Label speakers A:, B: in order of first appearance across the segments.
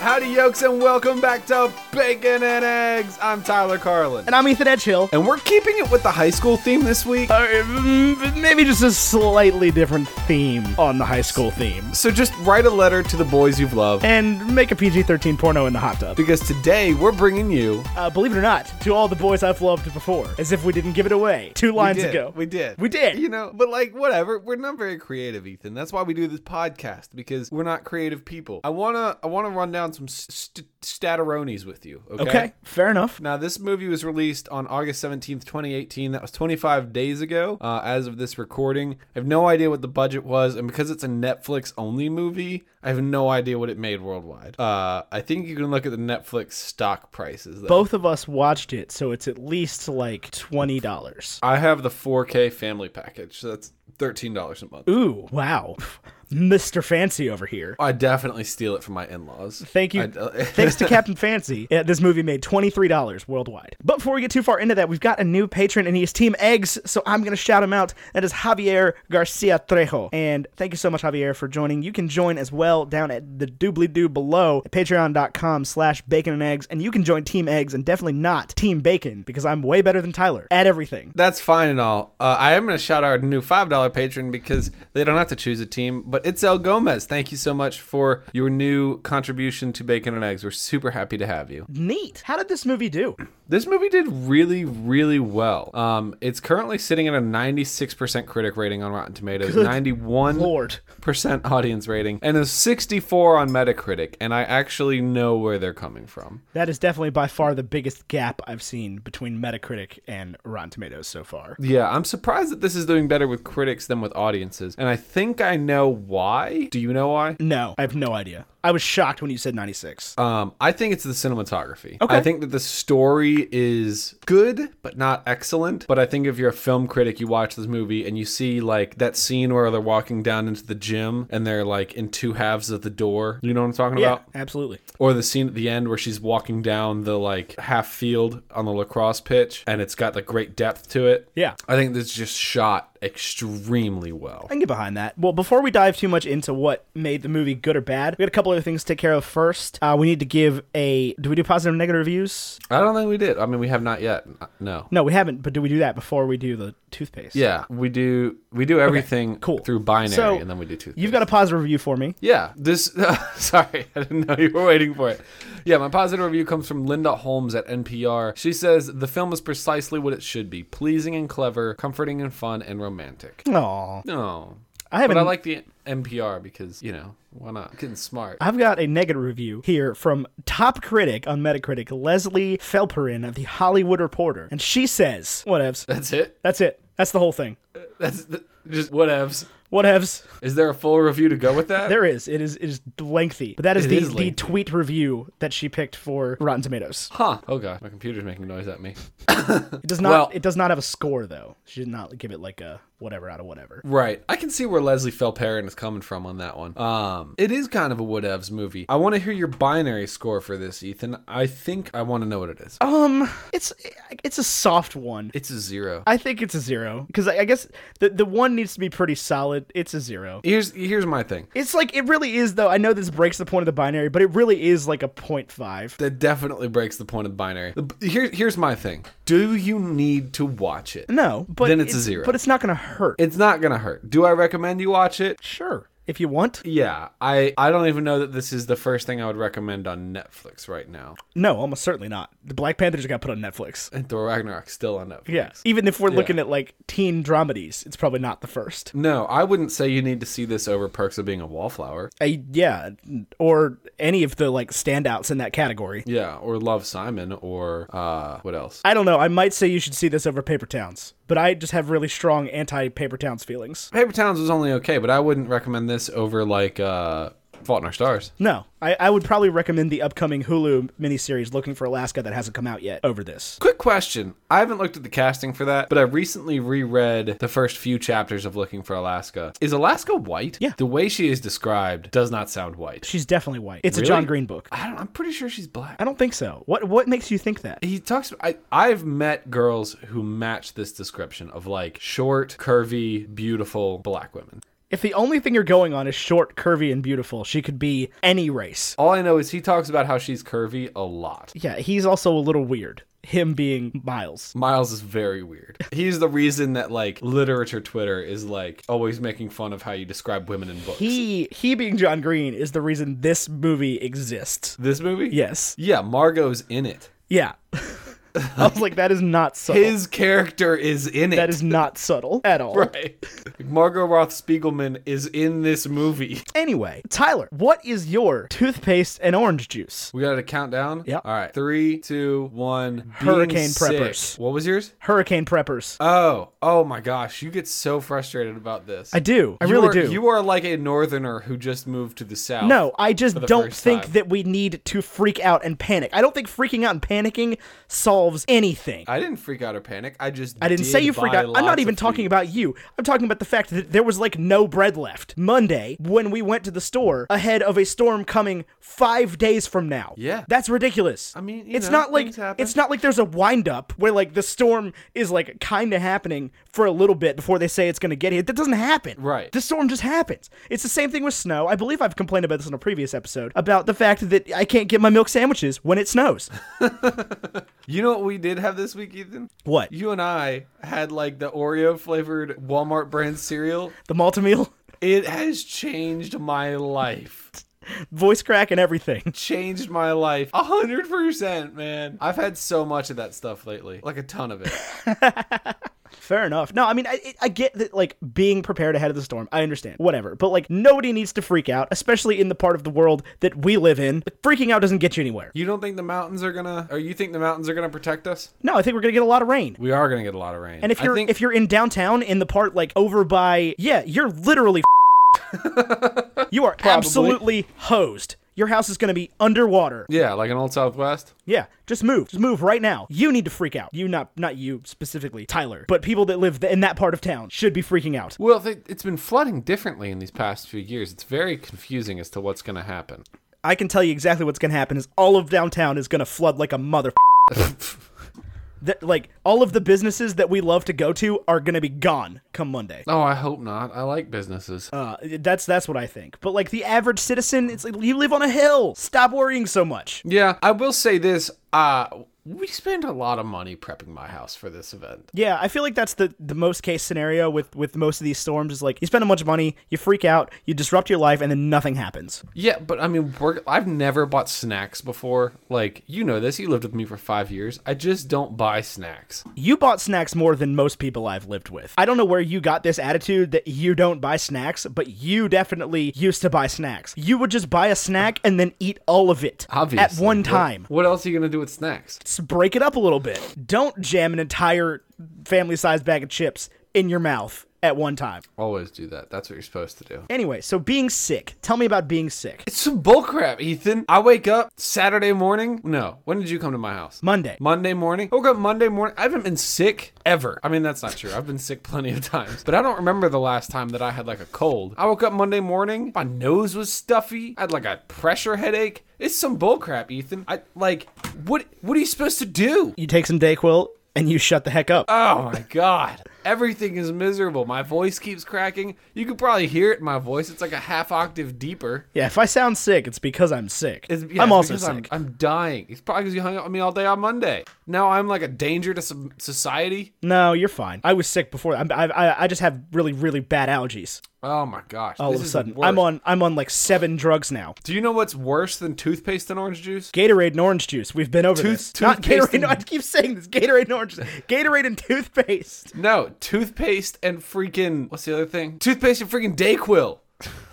A: Howdy, yokes, and welcome back to Bacon and Eggs. I'm Tyler Carlin.
B: And I'm Ethan Edgehill.
A: And we're keeping it with the high school theme this week.
B: Uh, mm, maybe just a slightly different theme on the high school themes.
A: So just write a letter to the boys you've loved.
B: And make a PG 13 porno in the hot tub.
A: Because today we're bringing you.
B: Uh, believe it or not, to all the boys I've loved before, as if we didn't give it away two lines
A: we did,
B: ago.
A: We did.
B: We did.
A: You know, but like, whatever. We're not very creative, Ethan. That's why we do this podcast, because we're not creative people. I want to I wanna run down some st- stataronis with you, okay?
B: okay, fair enough.
A: Now, this movie was released on August 17th, 2018. That was 25 days ago, uh, as of this recording. I have no idea what the budget was, and because it's a Netflix only movie, I have no idea what it made worldwide. Uh, I think you can look at the Netflix stock prices. Though.
B: Both of us watched it, so it's at least like $20.
A: I have the 4K family package, so that's $13 a month.
B: Ooh, wow. Mr. Fancy over here.
A: I definitely steal it from my uh, in laws.
B: Thank you. Thanks to Captain Fancy, uh, this movie made $23 worldwide. But before we get too far into that, we've got a new patron and he's Team Eggs, so I'm going to shout him out. That is Javier Garcia Trejo. And thank you so much, Javier, for joining. You can join as well down at the doobly doo below at patreon.com slash bacon and eggs. And you can join Team Eggs and definitely not Team Bacon because I'm way better than Tyler at everything.
A: That's fine and all. Uh, I am going to shout out our new $5 patron because they don't have to choose a team, but it's El Gomez. Thank you so much for your new contribution to Bacon and Eggs. We're super happy to have you.
B: Neat. How did this movie do?
A: This movie did really, really well. Um, it's currently sitting at a 96% critic rating on Rotten Tomatoes,
B: Good
A: 91
B: Lord.
A: percent audience rating, and a 64 on Metacritic. And I actually know where they're coming from.
B: That is definitely by far the biggest gap I've seen between Metacritic and Rotten Tomatoes so far.
A: Yeah, I'm surprised that this is doing better with critics than with audiences, and I think I know why. Do you know why?
B: No, I have no idea. I was shocked when you said 96.
A: Um, I think it's the cinematography.
B: Okay.
A: I think that the story is good, but not excellent. But I think if you're a film critic, you watch this movie and you see like that scene where they're walking down into the gym and they're like in two halves of the door. You know what I'm talking
B: yeah,
A: about?
B: absolutely.
A: Or the scene at the end where she's walking down the like half field on the lacrosse pitch and it's got like great depth to it.
B: Yeah.
A: I think this just shot extremely well.
B: I can get behind that. Well, before we dive too much into what made the movie good or bad, we got a couple other things to take care of first. Uh, we need to give a. Do we do positive and negative reviews?
A: I don't think we did. I mean, we have not yet. No.
B: No, we haven't, but do we do that before we do the toothpaste?
A: Yeah, we do. We do everything
B: cool.
A: through binary,
B: So,
A: and then we do two.
B: You've got a positive review for me.
A: Yeah, this. sorry, I didn't know you were waiting for it. Yeah, my positive review comes from Linda Holmes at NPR. She says the film is precisely what it should be: pleasing and clever, comforting and fun, and romantic.
B: Aw.
A: No,
B: I haven't.
A: but I like the NPR because you know why not? Getting smart.
B: I've got a negative review here from top critic on Metacritic, Leslie Felperin of The Hollywood Reporter. And she says, Whatevs.
A: That's it.
B: That's it. That's the whole thing.
A: That's the, just whatevs.
B: Whatevs.
A: Is there a full review to go with that?
B: There is. It is it is lengthy. But that is
A: It
B: the,
A: is
B: the
A: lengthy.
B: tweet review that she picked for Rotten Tomatoes.
A: huh? Oh god, my computer's making noise at me.
B: It does not
A: Well-
B: it does not have a score though. She did not give it like a whatever out of whatever.
A: Right. I can see where Leslie Felperin is coming from on that one. Um, it is kind of a whatevs movie. I want to hear your binary score for this, Ethan. I think I want to know what it is.
B: Um it's it's a soft one.
A: It's a zero.
B: I think it's a zero because I, I guess the the one needs to be pretty solid. It's a zero.
A: Here's here's my thing.
B: It's like it really is though. I know this breaks the point of the binary, but it really is like a point five.
A: That definitely breaks the point of the binary. The- Here, here's my thing. Do you need to watch it?
B: No, but
A: Then it's a zero.
B: But it's not gonna hurt.
A: It's not gonna hurt. Do I recommend you watch it?
B: sure, if you want.
A: Yeah. I I don't even know that this is the first thing I would recommend on Netflix right now.
B: No, almost certainly not. The Black Panther just got put on Netflix.
A: And Thor Ragnarok's still on Netflix.
B: Yeah, even if we're looking at like teen dramedies, it's probably not the first.
A: No, I wouldn't say you need to see this over Perks of Being a Wallflower.
B: I, yeah, or any of the like standouts in that category.
A: Yeah, or Love Simon, or uh, what else?
B: I don't know. I might say you should see this over Paper Towns, but I just have really strong anti-Paper Towns feelings.
A: Paper Towns was only okay, but I wouldn't recommend this over like uh, Fault in Our Stars.
B: No, I, I would probably recommend the upcoming Hulu miniseries "Looking for Alaska" that hasn't come out yet over this.
A: Quick question: I haven't looked at the casting for that, but I recently reread the first few chapters of Looking for Alaska. Is Alaska white?
B: Yeah.
A: The way she is described does not sound white.
B: She's definitely white. It's
A: Really?
B: a John Green book.
A: I don't, I'm pretty sure she's black.
B: I don't think so. What what makes you think that?
A: He talks. I, I've met girls who match this description of like short, curvy, beautiful black women.
B: If the only thing you're going on is short, curvy, and beautiful, she could be any race.
A: All I know is he talks about how she's curvy a lot.
B: Yeah, he's also a little weird. Him being Miles.
A: Miles is very weird. He's the reason that like literature Twitter is like always making fun of how you describe women in books.
B: He he being John Green is the reason this movie exists.
A: this movie?
B: Yes.
A: Yeah, Margot's in it.
B: Yeah. I was like, that is not subtle.
A: His character is in it.
B: that is not subtle at all.
A: right. Margot Roth Spiegelman is in this movie.
B: Anyway, Tyler, what is your toothpaste and orange juice?
A: We got to count down.
B: Yep.
A: All right. Three, two, one. Being
B: Hurricane
A: sick.
B: preppers.
A: What was yours?
B: Hurricane preppers.
A: Oh, oh my gosh! You get so frustrated about this.
B: I do. I
A: You
B: really
A: are-
B: do.
A: You are like a northerner who just moved to the south.
B: no, I just
A: the
B: don't
A: first
B: think
A: time.
B: that we need to freak out and panic. I don't think freaking out and panicking solves anything. I,
A: I didn't freak out or panic. I just
B: didn't say you freaked out. I'm not even talking
A: about.
B: about you. I'm talking about the fact that there was like no bread left Monday when we went to the store ahead of a storm coming five days from now.
A: Yeah.
B: that's ridiculous.
A: I mean, you
B: it's
A: know,
B: not like
A: things happen.
B: it's not like there's a wind up where like the storm is like kind of happening for a little bit before they say it's going to get here. That doesn't happen.
A: Right.
B: The storm just happens. It's the same thing with snow. I believe I've complained about this in a previous episode about the fact that I can't get my milk sandwiches when it snows.
A: You know what we did have this week, Ethan?
B: What?
A: You and I had like the Oreo flavored Walmart brand cereal.
B: The Malta meal,
A: It has changed my life.
B: voice crack, and everything.
A: Changed my life. A hundred percent, man. I've had so much of that stuff lately. Like a ton of it.
B: Fair enough. No, I mean, I, it- I get that, like, being prepared ahead of the storm. I understand. Whatever. But, like, nobody needs to freak out, especially in the part of the world that we live in. Freaking out doesn't get you anywhere.
A: You don't think the mountains are gonna or you think the mountains are gonna protect us?
B: No, I think we're going to get a lot of rain.
A: We are gonna get a lot of rain.
B: And if
A: I
B: you're
A: think-
B: if you're in downtown in the part like over by yeah, you're literally you are absolutely hosed. Your house is going to be underwater.
A: Yeah, like an old Southwest.
B: Yeah, just move. Just move right now. You need to freak out. You not not you specifically, Tyler, but people that live th- in that part of town should be freaking out.
A: Well, they, it's been flooding differently in these past few years. It's very confusing as to what's going to happen.
B: I can tell you exactly what's going to happen is all of downtown is going to flood like a mother that like all of the businesses that we love to go to are going to be gone come Monday.
A: Oh, I hope not. I like businesses.
B: Uh, that's that's what I think. But like the average citizen, it's like you live on a hill. Stop worrying so much.
A: Yeah, I will say this. Uh, we spent a lot of money prepping my house for this event.
B: Yeah, I feel like that's the the most case scenario with with most of these storms is like you spend a bunch of money, you freak out, you disrupt your life, and then nothing happens.
A: Yeah, but I mean, we're, I've never bought snacks before. Like, you know this. You lived with me for five years. I just don't buy snacks.
B: You bought snacks more than most people I've lived with. I don't know where you got this attitude that you don't buy snacks, but you definitely used to buy snacks. You would just buy a snack and then eat all of it
A: Obviously.
B: at one
A: What-
B: time.
A: What, else are you going to do with snacks?
B: Just break it up a little bit. Don't jam an entire family-sized bag of chips in your mouth at one time.
A: Always do that. That's what you're supposed to do.
B: Anyway, so being sick. Tell me about being sick.
A: It's some bullcrap, Ethan. I wake up Saturday morning. No, when did you come to my house?
B: Monday.
A: Monday morning. I woke up Monday morning. I haven't been sick ever. I mean, that's not true. I've been sick plenty of times, but I don't remember the last time that I had like a cold. I woke up Monday morning. My nose was stuffy. I had like a pressure headache. It's some bullcrap, Ethan. I like what? What are you supposed to do?
B: You take some Dayquil and you shut the heck up.
A: Oh my god. Everything is miserable. My voice keeps cracking. You could probably hear it in my voice. It's like a half octave deeper.
B: yeah, if I sound sick, it's because I'm sick.
A: It's- yeah,
B: I'm
A: it's
B: also
A: because
B: sick.
A: I'm, I'm dying. It's probably because you hung out with me all day on Monday. Now I'm like a danger to some society.
B: no, you're fine. I was sick before. I'm, I, I I just have really really bad allergies.
A: Oh my gosh!
B: All
A: this
B: of a
A: is
B: sudden,
A: worse.
B: I'm on I'm on like seven drugs now.
A: Do you know what's worse than toothpaste and orange juice?
B: Gatorade and orange juice. We've been over
A: Tooth-
B: this. Not
A: toothpaste
B: Gatorade.
A: and-
B: no, I keep saying this. Gatorade and orange. juice. Gatorade and toothpaste.
A: No, toothpaste and freaking what's the other thing? Toothpaste and freaking Dayquil.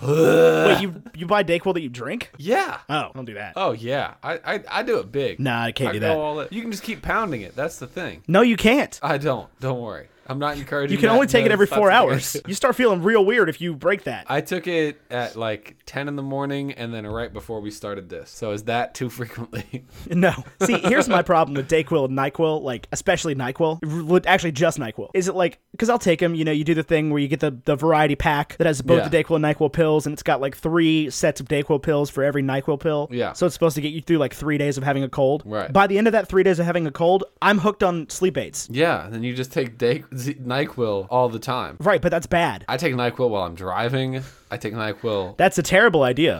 B: Wait, you you buy Dayquil that you drink?
A: Yeah.
B: Oh, don't do that.
A: Oh yeah. I I, I do it big.
B: Nah, I can't
A: I
B: do
A: go
B: that.
A: all in. You can just keep pounding it. That's the thing.
B: No, you can't.
A: I don't. Don't worry. I'm not encouraging.
B: You can
A: that
B: only
A: in
B: take it
A: those
B: every four
A: types of
B: hours.
A: areas.
B: You start feeling real weird if you break that.
A: I took it at like 10 in the morning and then right before we started this. So is that too frequently?
B: No. See, here's my problem with Dayquil and NyQuil, like especially NyQuil, r- actually just NyQuil. Is it like because I'll take them? You know, you do the thing where you get the the variety pack that has both
A: Yeah.
B: the Dayquil and NyQuil pills, and it's got like three sets of Dayquil pills for every NyQuil pill.
A: Yeah.
B: So it's supposed to get you through like three days of having a cold.
A: Right.
B: By the end of that three days of having a cold, I'm hooked on sleep aids.
A: Yeah, and then you just take Day- Z- NyQuil all the time.
B: Right, but that's bad.
A: I take NyQuil while I'm driving. I take NyQuil.
B: That's a terrible idea.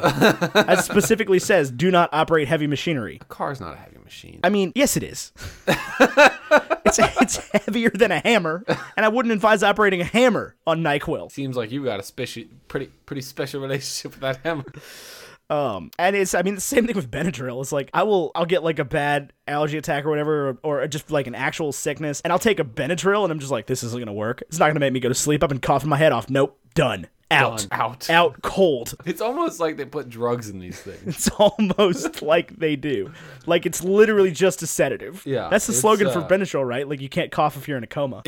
B: that specifically says do not operate heavy machinery.
A: Car's not a heavy machine.
B: I mean, yes, it is. it's, it's heavier than a hammer, and I wouldn't advise operating a hammer on NyQuil.
A: Seems like you got a special, pretty, pretty special relationship with that hammer.
B: Um, and it's, I mean, it's the same thing with Benadryl. It's like I will, I'll get like a bad allergy attack or whatever, or, or just like an actual sickness, and I'll take a Benadryl, and I'm just like, this isn't gonna work. It's not gonna make me go to sleep. I've been coughing my head off. Nope, done. Out,
A: Done. Out.
B: out, cold.
A: It's almost like they put drugs in these things.
B: It's almost like they do. Like it's literally just a sedative.
A: Yeah,
B: That's the
A: it's,
B: slogan for
A: uh,
B: Benadryl, right? Like you can't cough if you're in a coma.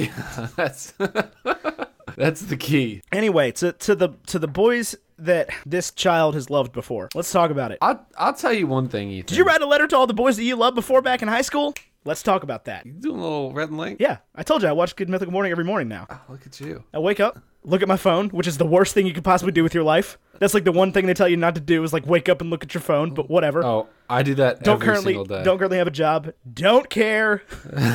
A: That's that's the key.
B: Anyway, to to the to the boys that this child has loved before. Let's talk about it.
A: I'll I'll tell you one thing, Ethan.
B: Did you write a letter to all the boys that you loved before back in high school? Let's talk about that.
A: You doing a little red and link?
B: Yeah, I told you I watch Good Mythical Morning every morning now.
A: Look at you.
B: I wake up, look at my phone, which is the worst thing you could possibly do with your life. That's like the one thing they tell you not to do is like wake up and look at your phone, but whatever.
A: Oh, I do that
B: don't
A: every
B: currently
A: single day.
B: don't currently have a job. Don't care.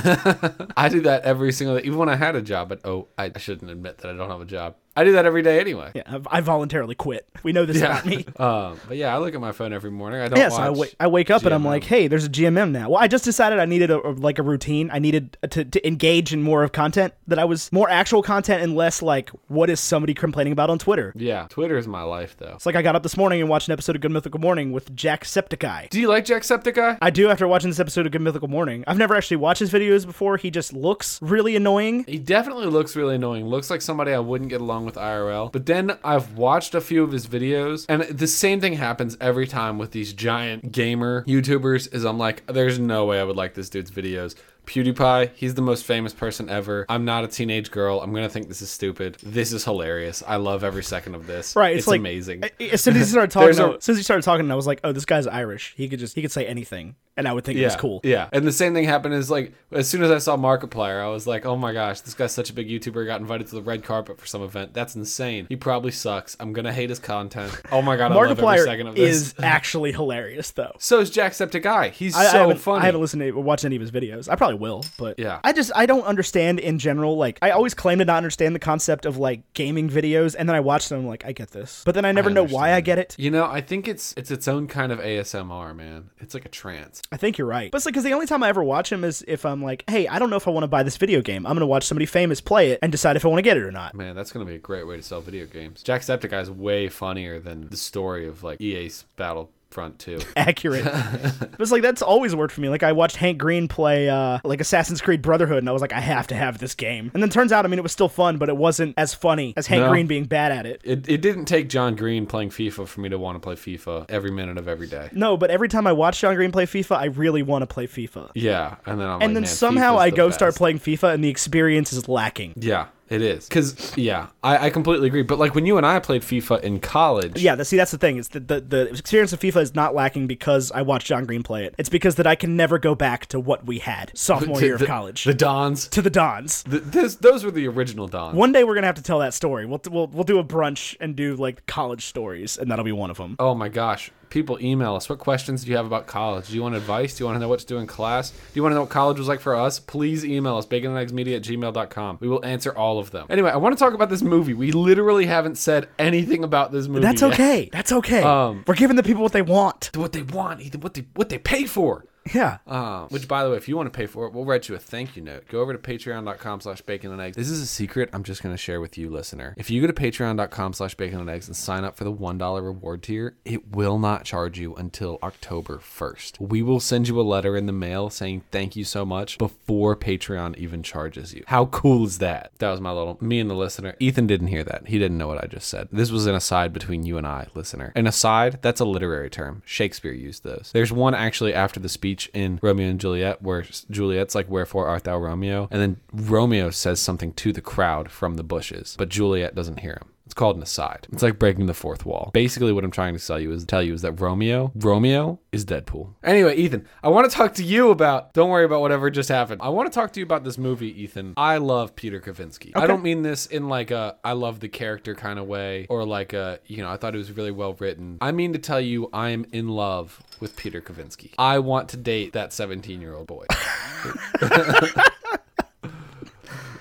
A: I do that every single day, even when I had a job. But oh, I, I shouldn't admit that I don't have a job. I do that every day anyway.
B: Yeah, I- I voluntarily quit. We know this about me.
A: um, but yeah, I look at my phone every morning. I don't
B: Yeah, so
A: watch.
B: I, wa- I wake up and I'm
A: GMM.
B: like, hey, there's a GMM now. Well, I just decided I needed a, a- like a routine. I needed uh, to, to engage in more of content that I was more actual content and less like what is somebody complaining about on Twitter.
A: yeah, Twitter is my life though.
B: It's like I got up this morning and watched an episode of Good Mythical Morning with Jack Septicai.
A: Do you like Jacksepticeye?
B: I do after watching this episode of Good Mythical Morning. I've never actually watched his videos before. He just looks really annoying.
A: He definitely looks really annoying. Looks like somebody I wouldn't get along with IRL. But then I've watched a few of his videos, and the same thing happens every time with these giant gamer YouTubers. Is I'm like, there's no way I would like this dude's videos. PewDiePie, he's the most famous person ever. I'm not a teenage girl. I'm gonna think this is stupid. This is hilarious. I love every second of this.
B: Right, it's, like
A: amazing.
B: I- I- As soon as he started talking,
A: There's a-
B: I- as soon as he started talking, I was like, "Oh, this guy's Irish. He could just he could say anything, and I would think it was
A: Yeah,
B: cool."
A: Yeah. And the same thing happened is like as soon as I saw Markiplier, I was like, oh my gosh, this guy's such a big YouTuber. Got invited to the red carpet for some event. That's insane. He probably sucks. I'm gonna hate his content. Oh my god, I love every second
B: Markiplier
A: of this.
B: is actually hilarious, though.
A: So is Jacksepticeye. He's
B: I, I
A: so
B: haven't,
A: funny.
B: I haven't listened to or watched any of his videos. I probably will, but
A: Yeah.
B: I just I don't understand in general. Like I always claim to not understand the concept of like gaming videos, and then I watch them. like I get this, but then I never know why I get it.
A: you know, I think it's it's its own kind of ASMR, man. It's like a trance.
B: I think you're right. But it's like because the only time I ever watch him is if I'm like, hey, I don't know if I want to buy this video game. I'm gonna watch somebody famous play it and decide if I want to get it or not.
A: Man, that's gonna be a great way to sell video games. Jacksepticeye is way funnier than the story of like EA's Battlefront 2.
B: Accurate. but it's like that's always worked for me. Like I watched Hank Green play uh like Assassin's Creed Brotherhood and I was like, I have to have this game. And then turns out, I mean, it was still fun, but it wasn't as funny as Hank
A: No.
B: Green being bad at it.
A: It, it didn't take John Green playing FIFA for me to want to play FIFA every minute of every day.
B: No, but every time I watch John Green play FIFA, I really want to play FIFA.
A: Yeah, and then I'm
B: And
A: like,
B: then
A: "Man,
B: somehow
A: FIFA's
B: I
A: the
B: go start
A: best."
B: playing FIFA and the experience is lacking.
A: Yeah, it is because yeah, I, I completely agree. But like when you and I played FIFA in college,
B: Yeah, that, see, that's the thing. It's the, the the experience of FIFA is not lacking because I watched John Green play it. It's because that I can never go back to what we had sophomore
A: the-
B: year of
A: the-
B: college
A: the Dons,
B: to the Dons.
A: the, this, those were the original Dons.
B: One day we're gonna have to tell that story. We'll we'll we'll do a brunch and do like college stories, and that'll be one of them.
A: Oh my gosh, people email us. What questions do you have about college? Do you want advice? Do you want to know what to do in class? Do you want to know what college was like for us? Please email us, baconandeggsmedia at gmail.com. We will answer all of them. Anyway, I want to talk about this movie. We literally haven't said anything about this movie.
B: That's
A: yet.
B: okay. That's okay.
A: Um,
B: we're giving the people what they want.
A: What they want, Ethan, what they, what they pay for.
B: Yeah.
A: Um, which, by the way, if you want to pay for it, we'll write you a thank you note. Go over to patreon.com slash bacon and eggs. This is a secret I'm just going to share with you, listener. If you go to patreon.com slash bacon and eggs and sign up for the $1 reward tier, it will not charge you until October 1st. We will send you a letter in the mail saying thank you so much before Patreon even charges you. How cool is that? That was my little, me and the listener. Ethan didn't hear that. He didn't know what I just said. This was an aside between you and I, listener. An aside, that's a literary term. Shakespeare used those. There's one actually after the speech in Romeo and Juliet where s- Juliet's like, Wherefore art thou Romeo? And then Romeo says something to the crowd from the bushes, but Juliet doesn't hear him. It's called an aside. It's like breaking the fourth wall. Basically, what I'm trying to tell you is tell you is that Romeo, Romeo is Deadpool. Anyway, Ethan, I want to talk to you about. Don't worry about whatever just happened. I want to talk to you about this movie, Ethan. I love Peter Kavinsky. I don't mean this in like a I love the character kind of way or like a you know I thought it was really well written. I mean to tell you I am in love with Peter Kavinsky. I want to date that 17 year old boy.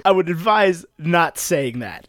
B: I would advise not saying that.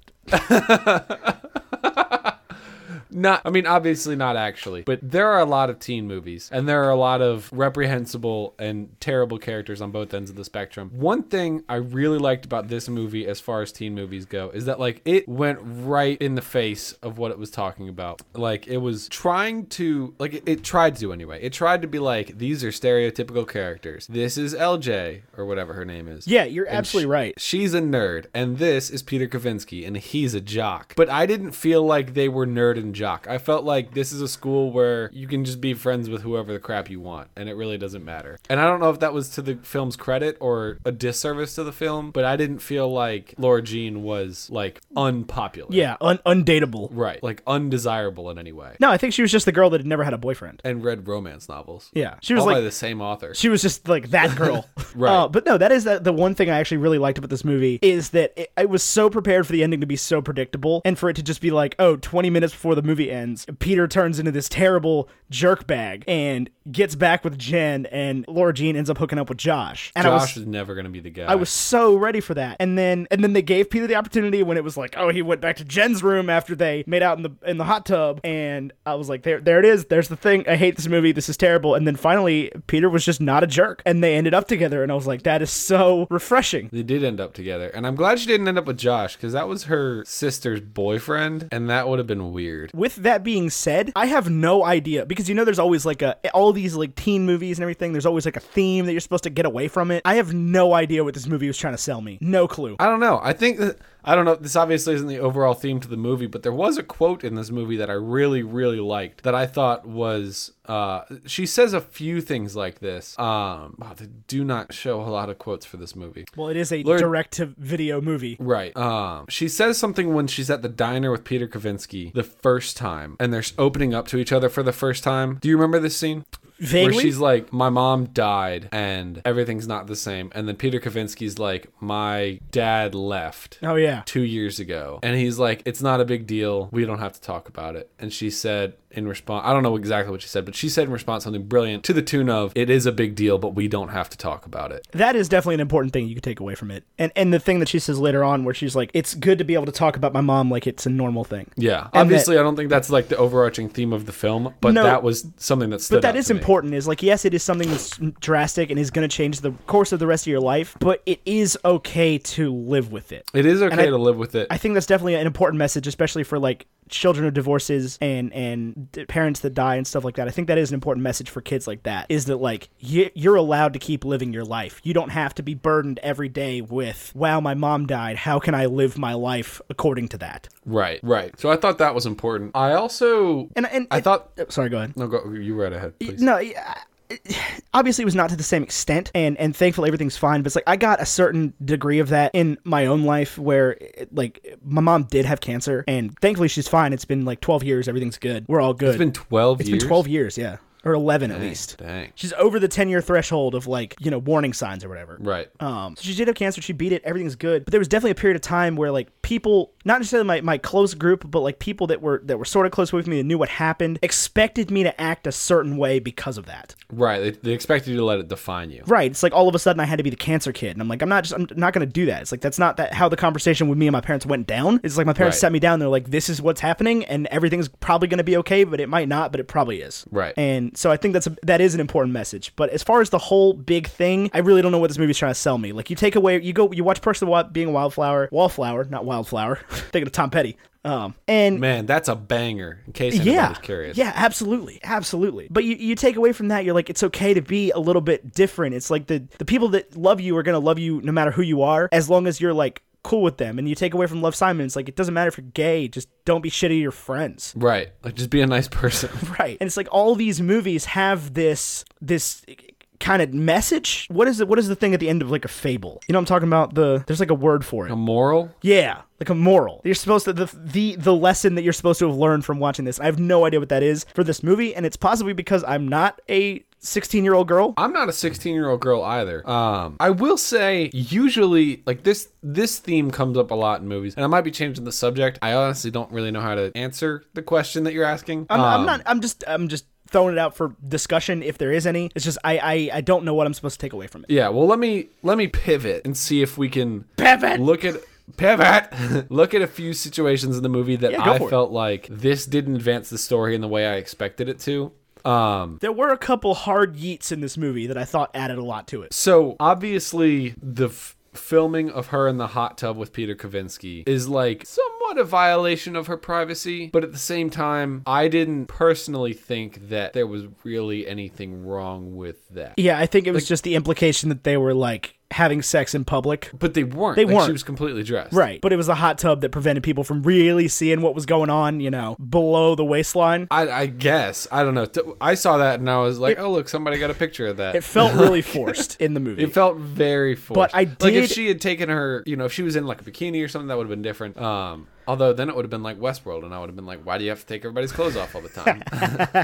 A: Not, I mean, obviously not actually, but there are a lot of teen movies and there are a lot of reprehensible and terrible characters on both ends of the spectrum. One thing I really liked about this movie, as far as teen movies go, is that like it went right in the face of what it was talking about. Like it was trying to, like it, it tried to anyway. It tried to be like, these are stereotypical characters. This is LJ or whatever her name is.
B: Yeah, you're absolutely right.
A: She's a nerd, and this is Peter Kavinsky, and he's a jock. But I didn't feel like they were nerd and jock. I felt like this is a school where you can just be friends with whoever the crap you want, and it really doesn't matter. And I don't know if that was to the film's credit or a disservice to the film, but I didn't feel like Laura Jean was like unpopular.
B: Yeah, un- undateable.
A: Right. Like undesirable in any way.
B: No, I think she was just the girl that had never had a boyfriend.
A: And read romance novels.
B: Yeah, she was
A: All by
B: like
A: the same author.
B: she was just like that girl.
A: Right.
B: Uh, but no, that is the, the one thing I actually really liked about this movie is that it, I was so prepared for the ending to be so predictable and for it to just be like, oh, 20 minutes before the movie ends, Peter turns into this terrible jerk bag and gets back with Jen and Laura Jean ends up hooking up with Josh. And I was
A: Josh is never going to be the guy.
B: I was so ready for that. And then and then they gave Peter the opportunity when it was like, oh, he went back to Jen's room after they made out in the in the hot tub. And I was like, there there it is. There's the thing. I hate this movie. This is terrible. And then finally, Peter was just not a jerk, and they ended up together. And I was like, that is so refreshing.
A: They did end up together, and I'm glad she didn't end up with Josh because that was her sister's boyfriend, and that would have been weird.
B: With that being said, I have no idea because you know there's always like a all these like teen movies and everything. There's always like a theme that you're supposed to get away from it. I have no idea what this movie was trying to sell me. No clue.
A: I don't know. I think that I don't know. This obviously isn't the overall theme to the movie, but there was a quote in this movie that I really, really liked that I thought was. Uh, she says a few things like this. Um, wow, they do not show a lot of quotes for this movie.
B: Well, it is a
A: Lord-
B: direct to video movie.
A: Right. Um, she says something when she's at the diner with Peter Kavinsky the first time, and they're s- opening up to each other for the first time. Do you remember this scene?
B: Vaguely?
A: Where she's like, "My mom died, and everything's not the same." And then Peter Kavinsky's like, "My dad left."
B: Oh yeah.
A: two years ago. And he's like, it's not a big deal. We don't have to talk about it. And she said in response, I don't know exactly what she said, but she said in response something brilliant to the tune of, it is a big deal, but we don't have to talk about it.
B: that is definitely an important thing you can take away from it. And and the thing that she says later on where she's like, It's good to be able to talk about my mom like it's a normal thing.
A: Yeah.
B: And
A: Obviously, I don't think that's like the overarching theme of the film, but
B: No.
A: that was something that stood
B: But that
A: out
B: is
A: to me.
B: important is like yes it is something that's drastic and is going to change the course of the rest of your life but it is okay to live with it
A: It is okay
B: I-
A: to live with it.
B: i think that's definitely an important message especially for like children of divorces and and d- parents that die and stuff like that i think that is an important message for kids like that is that like you, you're allowed to keep living your life you don't have to be burdened every day with wow my mom died how can i live my life according to that
A: right, right. So I thought that was important. I also,
B: and and
A: I thought,
B: sorry go ahead
A: no, go, you read ahead, please.
B: No, yeah, I- obviously it was not to the same extent, and and thankfully everything's fine. But it's like I got a certain degree of that in my own life, where it, like my mom did have cancer, and thankfully she's fine. It's been like twelve years, everything's good, we're all good.
A: It's been 12 years.
B: twelve years, yeah, or eleven at least.
A: Dang.
B: She's over the ten year threshold of like you know warning signs or whatever.
A: Right.
B: Um, so she did have cancer. She beat it. Everything's good. But there was definitely a period of time where like people, not necessarily my, my close group, but like people that were that were sort of close with me that knew what happened, expected me to act a certain way because of that.
A: Right. They, they expected you to let it define you.
B: Right. It's like all of a sudden I had to be the cancer kid, and I'm like, I'm not just I'm not gonna do that. It's like that's not that how the conversation with me and my parents went down. It's like my parents
A: Right.
B: sat me down. They're like, this is what's happening, and everything's probably gonna be okay, but it might not, but it probably is.
A: Right.
B: And so I think that's a, that is an important message. But as far as the whole big thing, I really don't know what this movie's trying to sell me. Like you take away, you go, you watch Perks of the Wild, Being a Wildflower, Wallflower, not Wildflower. thinking of Tom Petty. Um, and
A: Man, that's a banger. In case anybody's
B: yeah
A: curious.
B: yeah absolutely absolutely but you, you take away from that you're like it's okay to be a little bit different it's like the the people that love you are gonna love you no matter who you are as long as you're like cool with them and you take away from love simon it's like it doesn't matter if you're gay just don't be shitty to your friends
A: Right. Like just be a nice person.
B: right and it's like all these movies have this this kind of message what is it what is the thing at the end of like a fable you know i'm talking about the there's like a word for it
A: a moral?
B: Yeah, like a moral. You're supposed to the the the lesson that you're supposed to have learned from watching this. I have no idea what that is for this movie, and it's possibly because I'm not a 16 year old girl.
A: I'm not a 16 year old girl either. Um, I will say usually like this this theme comes up a lot in movies, and I might be changing the subject. I honestly don't really know how to answer the question that you're asking.
B: I'm,
A: Um,
B: I'm not. I'm just. I'm just throwing it out for discussion if there is any. It's just I I, I don't know what I'm supposed to take away from it.
A: Yeah, well let me let me pivot and see if we can
B: Pivot!
A: Look at pivot. look at a few situations in the movie that
B: Yeah, go
A: I
B: for it.
A: felt like this didn't advance the story in the way I expected it to. Um
B: There were a couple hard yeets in this movie that I thought added a lot to it.
A: so obviously the f- filming of her in the hot tub with Peter Kavinsky is like somewhat a violation of her privacy, but at the same time, I didn't personally think that there was really anything wrong with that.
B: Yeah, I think it was just the implication that they were like having sex in public.
A: But they weren't.
B: They
A: like,
B: weren't.
A: She was completely dressed.
B: Right. But it was a hot tub that prevented people from really seeing what was going on, you know, below the waistline.
A: I, I guess I don't know. T- I saw that and I was like, "Oh look, somebody got a picture of that."
B: It felt really forced in the movie.
A: It felt very forced.
B: I
A: like
B: did-
A: if she had taken her, you know, if she was in like a bikini or something, that would have been different. Um, although then it would have been like Westworld, and I would have been like, why do you have to take everybody's clothes off all the time?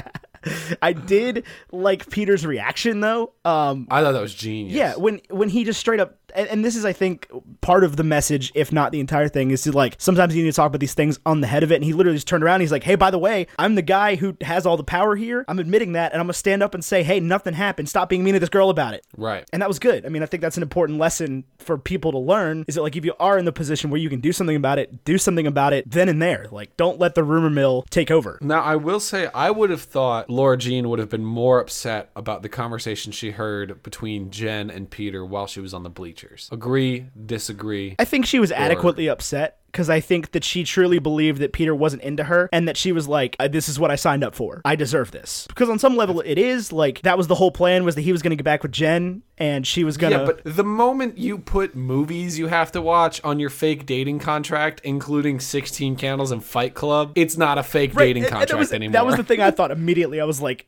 B: I did like Peter's reaction though. Um
A: I thought that was genius.
B: yeah, when when he just straight up and, and this is I think part of the message if not the entire thing is to like sometimes you need to talk about these things on the head of it and he literally just turned around and he's like, "Hey, by the way, I'm the guy who has all the power here. I'm admitting that and I'm going to stand up and say, "Hey, nothing happened. Stop being mean to this girl about it."
A: right.
B: and that was good. I mean, I think that's an important lesson for people to learn is that like if you are in the position where you can do something about it, do something about it then and there. Like don't let the rumor mill take over.
A: Now I will say I would have thought Laura Jean would have been more upset about the conversation she heard between Jen and Peter while she was on the bleachers. Agree, disagree.
B: I think she was adequately upset because I think that she truly believed that Peter wasn't into her and that she was like, "Uh, "This is what I signed up for. I deserve this." Because on some level, it is like that was the whole plan was that he was going to get back with Jen and she was gonna.
A: Yeah, but the moment you put movies you have to watch on your fake dating contract, including 16 Candles and Fight Club, it's not a fake
B: Right,
A: dating
B: and- and
A: contract
B: that was,
A: anymore.
B: That was the thing I thought immediately. I was like,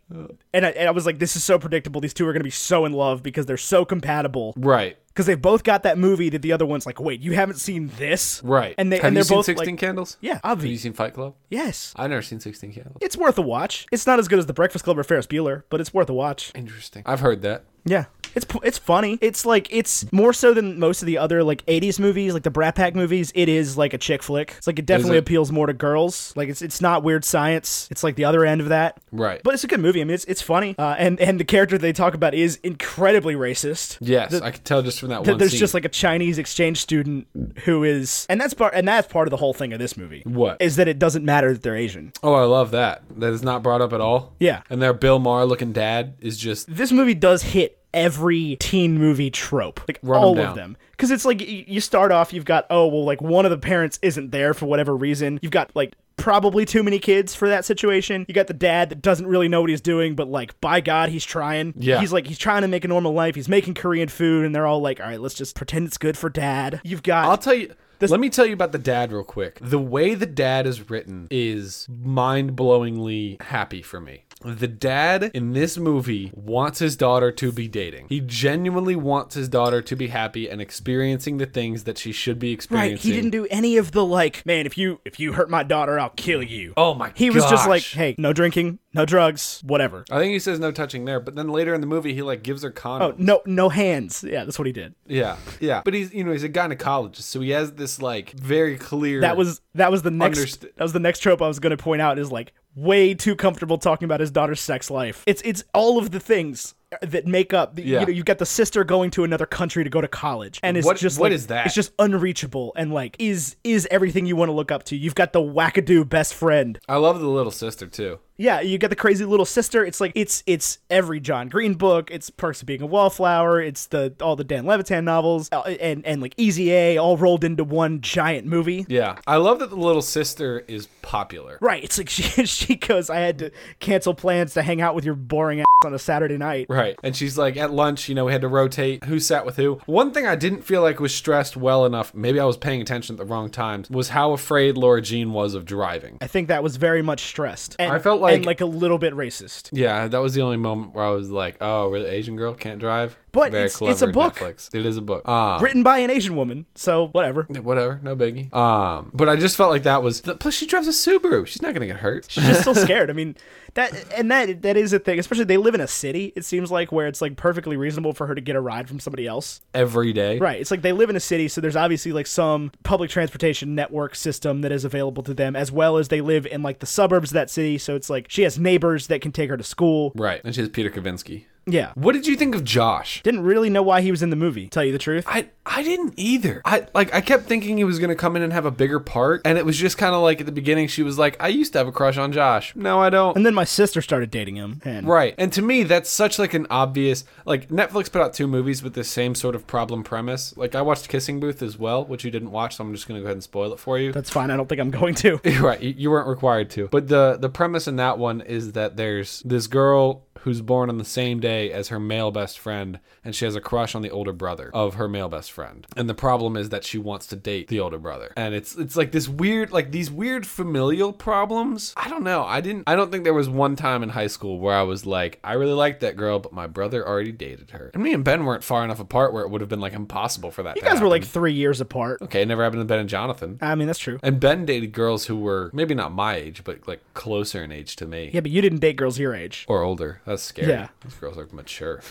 B: and I, and I was like, this is so predictable. These two are going to be so in love because they're so compatible.
A: right.
B: Because they've both got that movie that the other one's like, wait, you haven't seen this,
A: Right.
B: And they
A: Have
B: and
A: you
B: they're
A: seen
B: both
A: 16
B: like,
A: Candles?
B: yeah,
A: Have you
B: obvious,
A: seen Fight Club?
B: yes.
A: I've never seen 16 Candles.
B: It's worth a watch. It's not as good as The Breakfast Club or Ferris Bueller, but it's worth a watch.
A: Interesting. I've heard that.
B: Yeah. It's p- it's funny. It's like it's more so than most of the other like 80s movies, like the Brat Pack movies. It is like a chick flick. It's like it definitely
A: it?
B: appeals more to girls. Like it's it's not weird science. It's like the other end of that.
A: Right.
B: But it's a good movie. I mean, it's it's funny. Uh, and and the character they talk about is incredibly racist.
A: yes, I could tell just from that
B: Th-
A: one
B: There's
A: scene.
B: just like a Chinese exchange student who is, and that's part, and that's part of the whole thing of this movie.
A: What?
B: is that? It doesn't matter that they're Asian.
A: oh, I love that. That is not brought up at all.
B: Yeah.
A: And their Bill Maher looking dad is just
B: This movie does hit every teen movie trope, like
A: Run 'em
B: all of
A: down.
B: them. Because it's like y- you start off, you've got oh well, like one of the parents isn't there for whatever reason. You've got like probably too many kids for that situation. You got the dad that doesn't really know what he's doing, but like by God, he's trying.
A: Yeah.
B: he's like he's trying to make a normal life. He's making Korean food, and they're all like, all right, let's just pretend it's good for dad. You've got
A: I'll tell you. let me tell you about the dad real quick. The way the dad is written is mind blowingly happy for me. The dad in this movie wants his daughter to be dating. He genuinely wants his daughter to be happy and experiencing the things that she should be experiencing.
B: Right, he didn't do any of the like, man, if you if you hurt my daughter, I'll kill you.
A: Oh my
B: He was just like,
A: gosh.
B: hey, no drinking, no drugs, whatever.
A: I think he says no touching there, but then later in the movie he like gives her condom.
B: Oh, no no hands. Yeah, that's what he did.
A: Yeah, yeah. But he's you know he's a gynecologist, so he has this like very clear.
B: That was that was the next
A: Underst-
B: that was the next trope I was going to point out is like way too comfortable talking about his daughter's sex life. It's it's all of the things that make up the,
A: Yeah.
B: you know you've got the sister going to another country to go to college and it's
A: What-
B: just
A: what
B: like,
A: is that?
B: it's just unreachable and like is is everything you want to look up to you've got the wackadoo best friend
A: I love the little sister too.
B: Yeah, you get the crazy little sister. It's like it's it's every John Green book. It's Perks of Being a Wallflower. It's the all the Dan Levitan novels uh, and and like Easy A all rolled into one giant movie.
A: Yeah, I love that the little sister is popular.
B: Right. It's like she she goes. I had to cancel plans to hang out with your boring ass on a Saturday night.
A: Right. And she's like, at lunch, you know, we had to rotate who sat with who. One thing I didn't feel like was stressed well enough, maybe I was paying attention at the wrong times, was how afraid Laura Jean was of driving.
B: I think that was very much stressed. And,
A: I felt like-
B: and like a little bit racist.
A: Yeah, that was the only moment where I was like, oh, really? Asian girl can't drive?
B: But
A: Very
B: it's,
A: clever.
B: it's a book
A: Netflix. It is a book. Um,
B: written by an Asian woman, so whatever.
A: whatever, no biggie. Um, but I just felt like that was. Plus, she drives a Subaru. She's not gonna get hurt.
B: She's just still scared. I mean, that and that that is a thing. Especially they live in a city. It seems like where it's like perfectly reasonable for her to get a ride from somebody else.
A: Every day.
B: Right. It's like they live in a city, so there's obviously like some public transportation network system that is available to them, as well as they live in like the suburbs of that city. So it's like she has neighbors that can take her to school.
A: Right. And she has Peter Kavinsky.
B: Yeah.
A: What did you think of Josh?
B: Didn't really know why he was in the movie. Tell you the truth.
A: I I didn't either. I like I kept thinking he was gonna come in and have a bigger part, and it was just kind of like at the beginning she was like, I used to have a crush on Josh. No, I don't.
B: And then my sister started dating him, and
A: Right. And to me, that's such like an obvious like Netflix put out two movies with the same sort of problem premise. Like I watched Kissing Booth as well, which you didn't watch, so I'm just gonna go ahead and spoil it for you.
B: that's fine. I don't think I'm going to.
A: right. You, you weren't required to. But the the premise in that one is that there's this girl who's born on the same day as her male best friend and she has a crush on the older brother of her male best friend. And the problem is that she wants to date the older brother. And it's it's like this weird like these weird familial problems. I don't know. I didn't I don't think there was one time in high school where I was like I really liked that girl but my brother already dated her. And me and Ben weren't far enough apart where it would have been like impossible for that
B: You guys were like three years apart.
A: okay, it never happened to Ben and Jonathan.
B: I mean, that's true.
A: And Ben dated girls who were maybe not my age, but like closer in age to me
B: Yeah, but you didn't date girls your age.
A: or older. That's scary.
B: Yeah.
A: These girls are mature.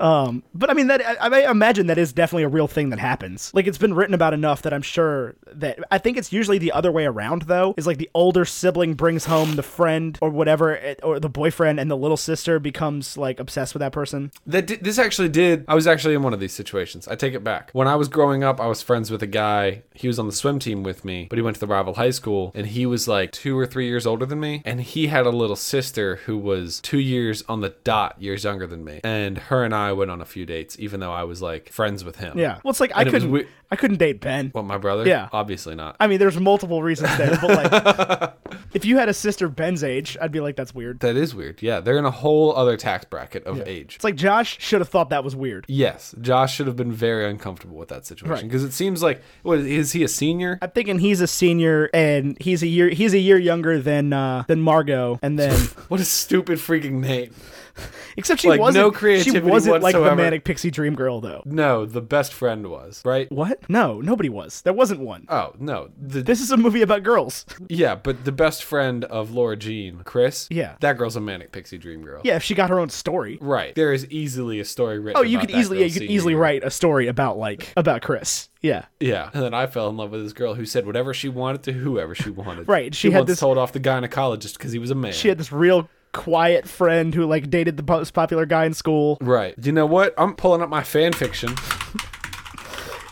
B: Um, but I mean that I, I imagine that is definitely a real thing that happens. Like it's been written about enough that I'm sure that I think it's usually the other way around though. Is like the older sibling brings home the friend or whatever, it- or the boyfriend, and the little sister becomes like obsessed with that person.
A: That di- this actually did. I was actually in one of these situations. I take it back. When I was growing up, I was friends with a guy. He was on the swim team with me, but he went to the rival high school, and he was like two or three years older than me. And he had a little sister who was two years on the dot, years younger than me. And her and I went on a few dates, even though I was like friends with him.
B: Yeah. Well, it's like
A: And
B: I
A: it was
B: couldn't,
A: we-
B: I couldn't date Ben.
A: What my brother?
B: Yeah.
A: Obviously not.
B: I mean, there's multiple reasons there, but like, if you had a sister Ben's age, I'd be like, that's weird.
A: That is weird. Yeah, they're in a whole other tax bracket of age.
B: It's like Josh should have thought that was weird.
A: Yes, Josh should have been very uncomfortable with that situation
B: Right.
A: because it seems like what is he a senior?
B: I'm thinking he's a senior and he's a year he's a year younger than uh, than Margot, and then
A: What a stupid freaking name!
B: Except she
A: Like,
B: wasn't.
A: no creativity
B: she wasn't like
A: whatsoever.
B: the manic pixie dream girl though.
A: No, the best friend was right.
B: What? No, nobody was. There wasn't one.
A: Oh no, the
B: This is a movie about girls.
A: yeah, but the best friend of Laura Jean, Chris.
B: Yeah.
A: that girl's a manic pixie dream girl.
B: Yeah, if she got her own story.
A: right. There is easily a story written.
B: Oh, you
A: about
B: could
A: that
B: easily yeah,
A: girl
B: you could
A: senior
B: easily
A: year.
B: write a story about like about Chris. Yeah.
A: Yeah, and then I fell in love with this girl who said whatever she wanted to whoever she wanted.
B: Right, she had
A: once
B: this-
A: told off the gynecologist because he was a man.
B: She had this real quiet friend who like dated the most popular guy in school.
A: Right. You know what? I'm pulling up my fan fiction.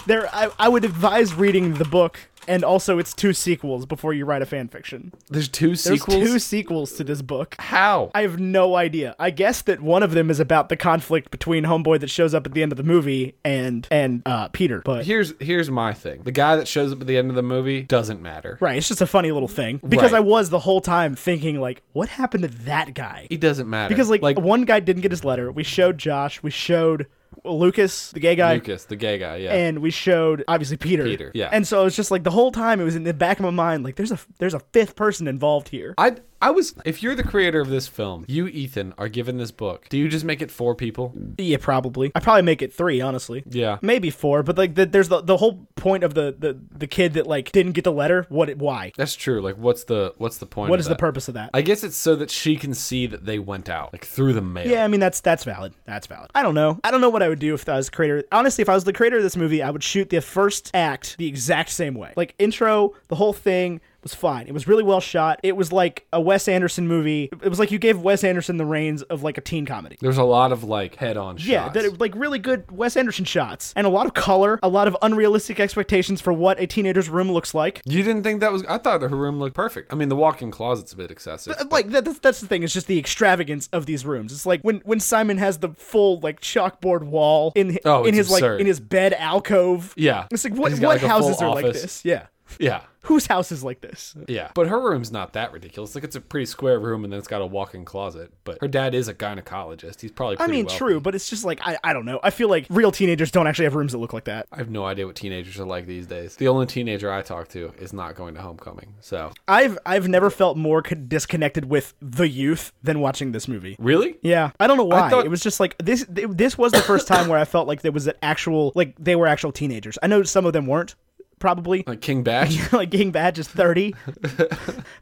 B: There I, I would advise reading the book and also its two sequels before you write a fan fiction.
A: There's two
B: There's
A: sequels.
B: two sequels to this book.
A: How?
B: I have no idea. I guess that one of them is about the conflict between Homeboy that shows up at the end of the movie and and uh, Peter. But
A: here's here's my thing. The guy that shows up at the end of the movie doesn't matter.
B: right, it's just a funny little thing because
A: Right.
B: I was the whole time thinking like, what happened to that guy?
A: He doesn't matter
B: Because like, one guy didn't get his letter. We showed Josh. We showed Lucas, the gay guy.
A: Lucas, the gay guy. Yeah.
B: And we showed obviously Peter.
A: Peter, yeah.
B: And so it was just like the whole time it was in the back of my mind like there's a there's a fifth person involved here.
A: I I was if you're the creator of this film, you Ethan are given this book. Do you just make it four people?
B: Yeah, probably. I probably make it three, honestly.
A: Yeah.
B: maybe four, but like the, there's the, the whole point of the, the the kid that like didn't get the letter. What? it- Why?
A: That's true. Like what's the what's the point
B: What
A: of
B: is the
A: that?
B: purpose of that?
A: I guess it's so that she can see that they went out like through the mail.
B: yeah, I mean that's that's valid. That's valid. I don't know. I don't know what I would do if I was creator. Honestly, if I was the creator of this movie, I would shoot the first act the exact same way. Like intro, the whole thing was fine. It was really well shot. It was like a Wes Anderson movie. It was like you gave Wes Anderson the reins of like a teen comedy.
A: There's a lot of like head-on
B: Yeah,
A: shots.
B: that it, like really good Wes Anderson shots and a lot of color, a lot of unrealistic expectations for what a teenager's room looks like.
A: you didn't think that was? I thought her room looked perfect. I mean, the walk-in closet's a bit excessive.
B: Uh, like that, that's, that's the thing it's just the extravagance of these rooms it's like when when simon has the full like chalkboard wall in hi-
A: Oh,
B: in
A: it's
B: his like
A: absurd.
B: in his bed alcove
A: Yeah.
B: it's like what
A: He's got,
B: what
A: like, a full
B: houses are like
A: office.
B: this yeah
A: Yeah.
B: Whose house is like this?
A: Yeah. But her room's not that ridiculous. Like it's a pretty square room and then it's got a walk in closet. But her dad is a gynecologist. He's probably
B: I
A: pretty
B: mean,
A: wealthy.
B: true, but it's just like I, I don't know. I feel like real teenagers don't actually have rooms that look like that.
A: I have no idea what teenagers are like these days. The only teenager I talk to is not going to homecoming. So
B: I've I've never felt more co- disconnected with the youth than watching this movie.
A: Really?
B: Yeah, I don't know why.
A: thought-
B: It was just like this. th- This was the first time where I felt like there was an actual like they were actual teenagers. I know some of them weren't, probably.
A: Like King Bash?
B: like getting bad just 30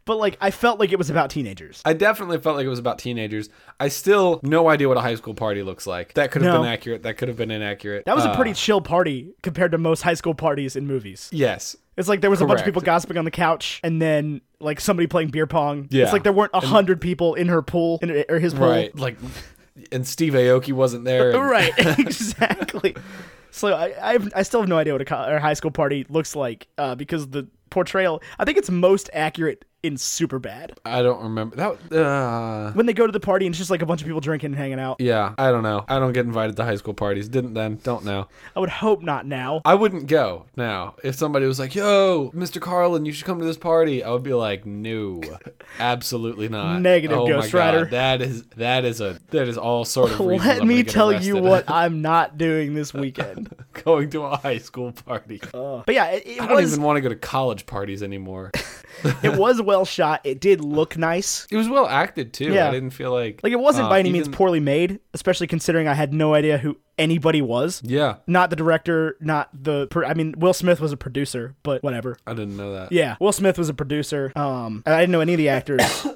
B: but like i felt like it was about teenagers
A: I definitely felt like it was about teenagers. I still no idea what a high school party looks like. That could have
B: No.
A: been accurate. That could have been inaccurate.
B: that was
A: Uh,
B: a pretty chill party compared to most high school parties in movies
A: Yes.
B: it's like there was a bunch of people
A: correct.
B: gossiping on the couch and then like somebody playing beer pong
A: Yeah.
B: it's like there weren't a hundred people in her pool in, or his pool
A: Right. Like and Steve Aoki wasn't there. and-
B: right exactly so I, I've, I still have no idea what a, co- or high school party looks like uh, because the portrayal i think it's most accurate in super bad
A: I don't remember. That uh
B: when they go to the party and it's just like a bunch of people drinking and hanging out
A: yeah, I don't know. I don't get invited to high school parties. Didn't then. Don't know.
B: i would hope not now
A: I wouldn't go now. If somebody was like, "Yo, Mr. Carlin, you should come to this party," I would be like, "No, absolutely not."
B: Negative,
A: oh
B: Ghost
A: my
B: Rider.
A: God, that is that is a that is all sort of. reason I'm
B: Let
A: gonna
B: me
A: get
B: tell you
A: arrested.
B: what I'm not doing this weekend.
A: going to a high school party.
B: But yeah, it, it
A: I don't
B: Uh, was
A: even want to go to college parties anymore.
B: it was well shot. It did look nice.
A: it was well acted too.
B: Yeah.
A: I didn't feel like
B: Like it wasn't
A: uh,
B: by any means
A: even-
B: poorly made, especially considering I had no idea who anybody was.
A: Yeah,
B: Not the director, not the. Pro- I mean, Will Smith was a producer, but whatever.
A: I didn't know that.
B: Yeah, Will Smith was a producer. Um, and I didn't know any of the actors.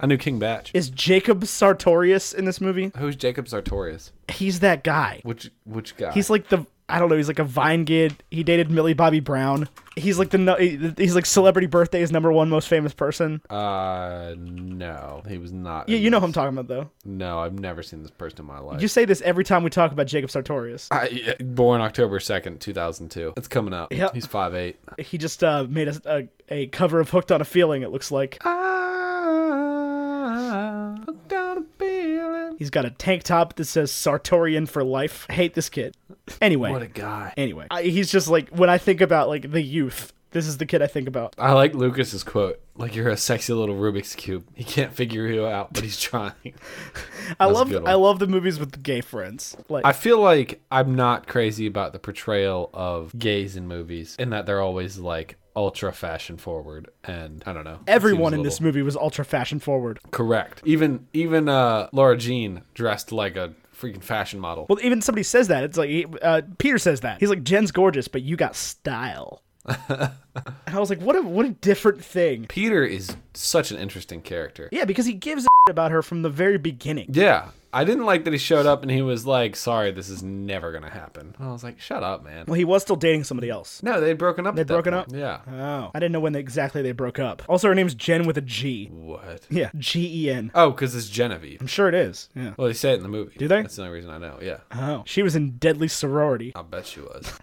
A: I knew King Batch.
B: Is Jacob Sartorius in this movie?
A: Who's Jacob Sartorius?
B: He's that guy.
A: Which which guy?
B: He's like the I don't know. He's like a Vine kid. He dated Millie Bobby Brown. He's like the no- he's like celebrity birthday's number one most famous person.
A: uh no, he was not.
B: Yeah,
A: in
B: you know
A: this.
B: who I'm talking about though.
A: No, I've never seen this person in my life.
B: You say this every time we talk about Jacob Sartorius.
A: I, born October 2nd, 2002. It's coming up.
B: Yep.
A: He's 5'8.
B: He just uh, made a, a a cover of "Hooked on a Feeling." It looks like Ah, he's got a tank top that says "Sartorian for life." I hate this kid. Anyway,
A: What a guy.
B: anyway, I, he's just like when I think about like the youth. This is the kid I think about.
A: I like Lucas's quote. Like you're a sexy little Rubik's cube. He can't figure you out, but he's trying.
B: I
A: a
B: love
A: good one.
B: I love the movies with the gay friends. Like
A: I feel like I'm not crazy about the portrayal of gays in movies, in that they're always like ultra fashion forward, and I don't know. it
B: everyone
A: seems
B: in
A: a
B: this
A: little-
B: movie was ultra fashion forward.
A: correct. Even even uh, Laura Jean dressed like a freaking fashion model.
B: Well, even somebody says that. It's like he- uh, Peter says that. He's like, "Jen's gorgeous, but you got style." and I was like, "What a what a different thing."
A: Peter is such an interesting character.
B: Yeah, because he gives a about her from the very beginning.
A: Yeah. I didn't like that he showed up and he was like, sorry, this is never going to happen. I was like, shut up, man.
B: Well, he was still dating somebody else.
A: No, they'd broken up. They'd
B: broken up?
A: Yeah.
B: Oh, I didn't know when exactly they broke up. Also, her name's Jen with a G.
A: What?
B: Yeah, G E N.
A: Oh, because it's Genevieve.
B: I'm sure it is. Yeah.
A: Well, they say it in the movie. Do
B: they?
A: That's the only reason I know. Yeah.
B: Oh, she was in Deadly Sorority.
A: I'll bet she was.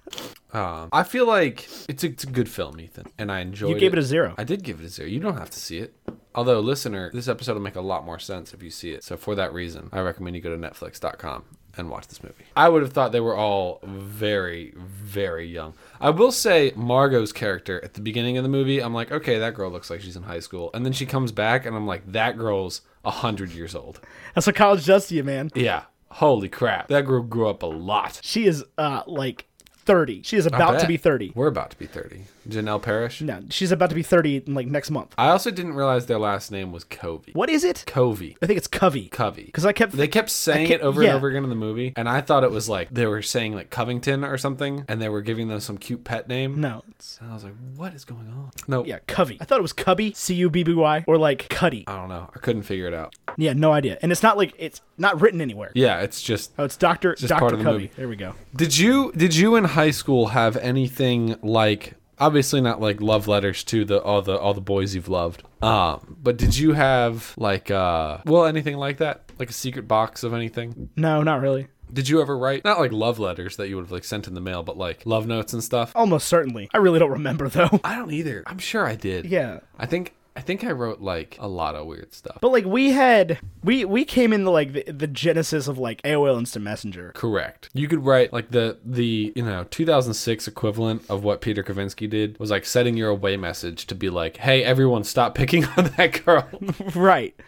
A: Um, I feel like it's a, it's a good film, Ethan, and I enjoyed it.
B: You gave it a zero.
A: I did give it a zero. You don't have to see it. Although, listener, this episode will make a lot more sense if you see it. So, for that reason, I recommend you go to Netflix.com and watch this movie. I would have thought they were all very, very young. I will say Margot's character at the beginning of the movie, I'm like, okay, that girl looks like she's in high school. And then she comes back, and I'm like, that girl's 100 years old.
B: That's what college does to you, man.
A: Yeah. Holy crap. That girl grew up a lot.
B: She is uh like 30. She is about to
A: bet.
B: be 30.
A: We're about to be 30. Janelle Parrish.
B: No, she's about to be 30 in like next month.
A: I also didn't realize their last name was Covey.
B: What is it?
A: Covey.
B: I think it's Covey.
A: Covey.
B: Because I kept
A: They kept saying
B: kept-
A: it over
B: yeah.
A: and over again in the movie, and I thought it was like they were saying like Covington or something, and they were giving them some cute pet name.
B: no. It's,
A: And I was like, what is going on? No.
B: yeah, Covey. I thought it was Cubby, C U B B Y, or like Cuddy.
A: I don't know. I couldn't figure it out.
B: Yeah, no idea. And it's not like it's not written anywhere.
A: Yeah, it's just.
B: Oh, it's Doctor
A: just
B: Doctor
A: part of the
B: Covey.
A: movie.
B: There we go.
A: Did you did you in high school have anything like obviously not like love letters to the all the all the boys you've loved? Um, but did you have like uh well anything like that? Like a secret box of anything?
B: No, not really.
A: Did you ever write not like love letters that you would have like sent in the mail, but like
B: Oh.
A: love notes and stuff?
B: Almost certainly. I really don't remember though.
A: I don't either. I'm sure I did.
B: Yeah.
A: I think I think I wrote like a lot of weird stuff.
B: But like we had we we came into like the, the genesis of like AOL Instant Messenger.
A: Correct. You could write like the the you know 2006 equivalent of what Peter Kavinsky did was like setting your away message to be like, hey, everyone, stop picking on that girl.
B: right.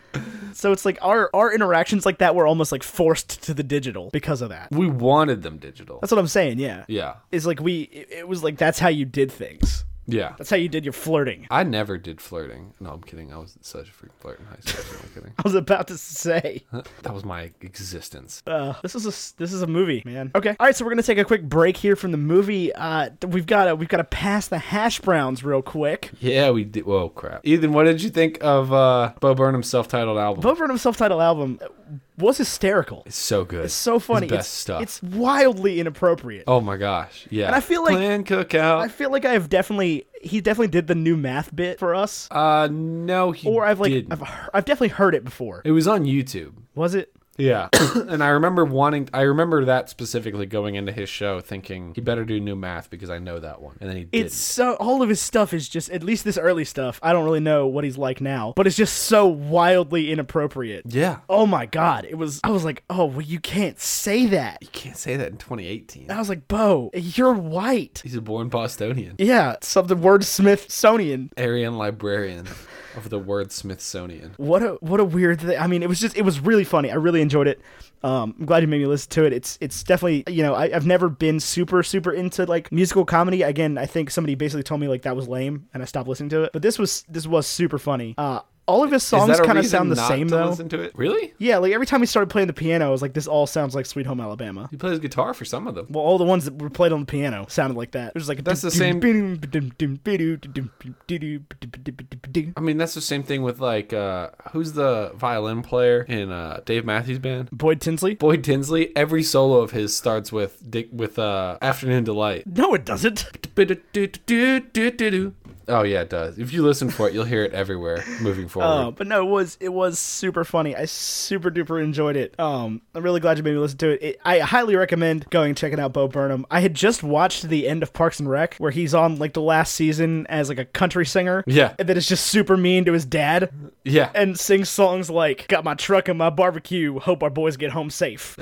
B: So it's like our our interactions like that were almost like forced to the digital because of that.
A: we wanted them digital.
B: That's what I'm saying, yeah.
A: yeah,
B: It's like we it, it was like that's how you did things.
A: yeah.
B: That's how you did your flirting.
A: I never did flirting. No, I'm kidding. I was such a freak flirt in high school. I'm kidding.
B: I was about to say.
A: That was my existence.
B: Uh, this is a s- this is a movie, man. Okay, all right. So we're gonna take a quick break here from the movie. Uh, th- we've got to we've got to pass the hash browns real quick.
A: Yeah, we did. Whoa, crap. Ethan, what did you think of uh, Bo Burnham's self-titled album?
B: Bo Burnham's self-titled album was hysterical. It's
A: it's so good. It's
B: so funny.
A: best
B: it's,
A: stuff.
B: It's wildly inappropriate.
A: oh my gosh. Yeah.
B: And I feel like-
A: plan cookout.
B: I feel like I have definitely he definitely did the new math bit for us,
A: Uh, no, he
B: or I've like
A: didn't.
B: I've he- I've definitely heard it before.
A: it was on YouTube.
B: Was it?
A: Yeah, and I remember wanting. I remember that specifically going into his show, thinking he better do new math because I know that one, and then he did.
B: It's so all of his stuff is just at least this early stuff. I don't really know what he's like now, but it's just so wildly inappropriate.
A: yeah.
B: oh my god it was i was like oh well you can't say that
A: You can't say that in 2018.
B: i was like bo you're white
A: He's a born Bostonian,
B: yeah something word smithsonian
A: Aryan librarian of the word Smithsonian.
B: what a what a weird thing i mean it was just it was really funny i really enjoyed it um, I'm glad you made me listen to it. It's it's definitely you know I, I've never been super super into like musical comedy. Again, I think somebody basically told me like that was lame, and I stopped listening to it. But this was this was super funny. Uh, all of his
A: Is
B: songs
A: that a
B: kind of
A: reason
B: sound the
A: not
B: same
A: to
B: though.
A: Listen to it. Really?
B: Yeah, like every time he started playing the piano, I was like, this all sounds like Sweet Home Alabama.
A: He plays guitar for some of them.
B: Well, all the ones that were played on the piano sounded like that. It was like
A: That's the same- I mean, that's the same thing with like uh, who's the violin player in uh, Dave Matthews Band?
B: Boyd Tinsley.
A: Boyd Tinsley. Every solo of his starts with Dick with uh, Afternoon Delight.
B: No, it doesn't.
A: Oh yeah, it does. If you listen for it, you'll hear it everywhere moving forward.
B: Oh, but no, it was it was super funny. I super duper enjoyed it. Um, I'm really glad you made me listen to it. it. I highly recommend going and checking out Bo Burnham. I had just watched the end of Parks and Rec, where he's on like the last season as like a country singer.
A: Yeah.
B: and that is just super mean to his dad.
A: yeah,
B: and sings songs like "Got my truck and my barbecue. Hope our boys get home safe."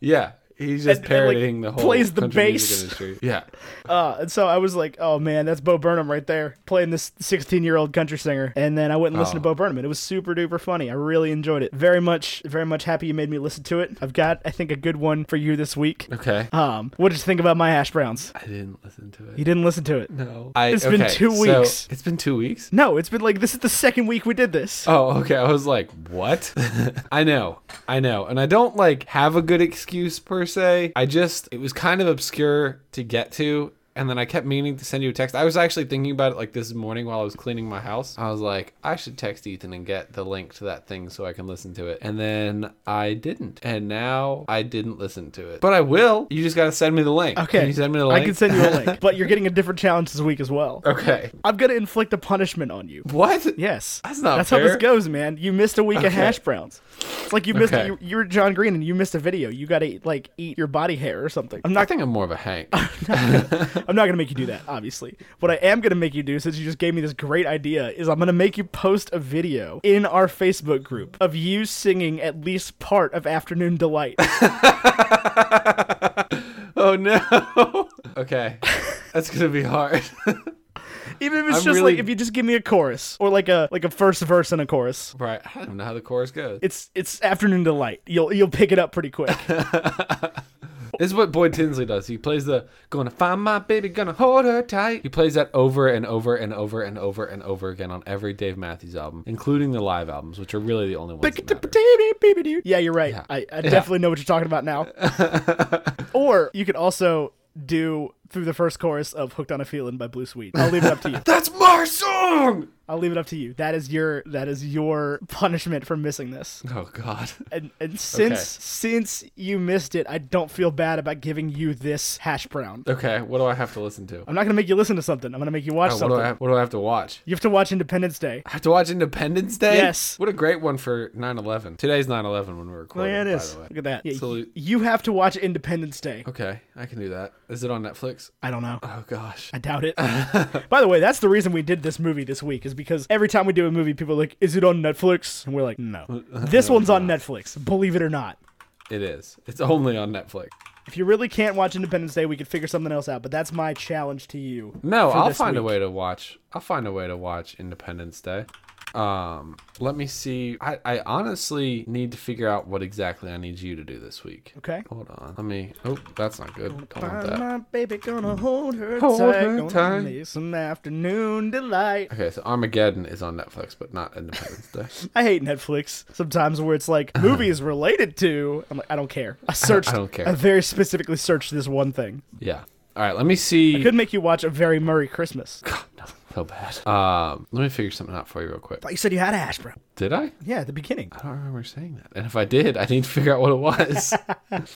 A: yeah. He's just
B: and, like,
A: parodying the whole
B: plays the
A: country music
B: bass.
A: industry. Yeah,
B: Uh, and so I was like, "Oh man, that's Bo Burnham right there playing this 16-year-old country singer." And then I went and listened
A: Oh.
B: to Bo Burnham, and it was super duper funny. I really enjoyed it. Very much, very much happy you made me listen to it. I've got, I think, a good one for you this week.
A: okay.
B: Um, what did you think about my hash browns?
A: I didn't listen to
B: You
A: it.
B: didn't listen to it.
A: No, I,
B: It's been
A: okay,
B: two
A: so-
B: weeks.
A: it's been two weeks.
B: No, it's been like this is the second week we did this.
A: Oh, okay. I was like, what? I know. I know. And I don't like have a good excuse per se. I just, it was kind of obscure to get to. And then I kept meaning to send you a text. I was actually thinking about it like this morning while I was cleaning my house. I was like, I should text Ethan and get the link to that thing so I can listen to it. And then I didn't. And now I didn't listen to it. But I will. You just got to send me the link.
B: okay,
A: Oh, Can you send me the link?
B: I can send you a link, but you're getting a different challenge this week as well.
A: okay.
B: I'm gonna inflict a punishment on you.
A: What?
B: Yes.
A: That's not
B: That's how
A: fair.
B: this goes, man. You missed a week of hash browns. It's like you missed
A: Okay.
B: you, you're John Green and you missed a video. You got to like eat your body hair or something. I'm
A: I
B: not
A: think I'm more of a Hank.
B: I'm not going to make you do that, obviously. What I am going to make you do since you just gave me this great idea is I'm going to make you post a video in our Facebook group of you singing at least part of Afternoon Delight.
A: Oh no. okay. That's gonna be hard.
B: Even if it's
A: I'm
B: just
A: really-
B: like if you just give me a chorus or like a like a first verse and a chorus.
A: right. I don't know how the chorus goes.
B: It's it's Afternoon Delight. You'll you'll pick it up pretty quick.
A: This is what Boyd Tinsley does. He plays the gonna find my baby, gonna hold her tight. He plays that over and over and over and over and over again on every Dave Matthews album, including the live albums, which are really the only ones. That matter.
B: Yeah, you're right. I, I definitely know what you're talking about now. or you could also do through the first chorus of "Hooked on a Feeling" by Blue Sweet. I'll leave it up to you.
A: That's my song.
B: I'll leave it up to you. That is your that is your punishment for missing this.
A: Oh god.
B: And and since
A: Okay.
B: since you missed it, I don't feel bad about giving you this hash brown.
A: Okay. What do I have to listen to?
B: I'm not gonna make you listen to something. I'm gonna make you watch
A: Uh, what
B: Uh, something.
A: do I have, what do I have to watch?
B: You have to watch Independence Day.
A: I have to watch Independence Day.
B: Yes.
A: What a great one for 9/11. Today's 9/11 when we're
B: Oh,
A: recording.
B: yeah, it
A: by
B: is.
A: the way.
B: Look at that. Yeah, you,
A: Salute.
B: you have to watch Independence Day.
A: Okay, I can do that. Is it on Netflix?
B: I don't know.
A: Oh gosh.
B: I doubt it. By the way, that's the reason we did this movie movie this week is because every time we do a movie, people are like, "Is it on Netflix?" And we're like, "No, this one's on Netflix. Believe it or not."
A: It is. It's only on Netflix.
B: If you really can't watch Independence Day, we could figure something else out. But that's my challenge to you.
A: No,
B: for
A: I'll
B: this
A: find a
B: week.
A: way to watch. I'll find a way to watch Independence Day. Um, let me see. I, I honestly need to figure out what exactly I need you to do this week.
B: Okay.
A: Hold on. Let me. Oh, that's not good. Don't want
B: Find
A: that.
B: my baby, gonna hold her
A: Hold
B: tight.
A: her
B: gonna
A: tight.
B: make some afternoon delight.
A: Okay, so Armageddon is on Netflix, but not Independence Day.
B: I hate Netflix sometimes where it's like movies related to. I'm like, I don't care. I searched.
A: I don't care.
B: I very specifically searched this one thing.
A: Yeah. All right. Let me see.
B: Could make you watch a very Murray Christmas. I
A: God, no, so bad. Um, let me figure something out for you real quick.
B: thought you said you had ash, bro.
A: Did I?
B: Yeah, at the beginning.
A: I don't remember saying that. And if I did, I need to figure out what it was.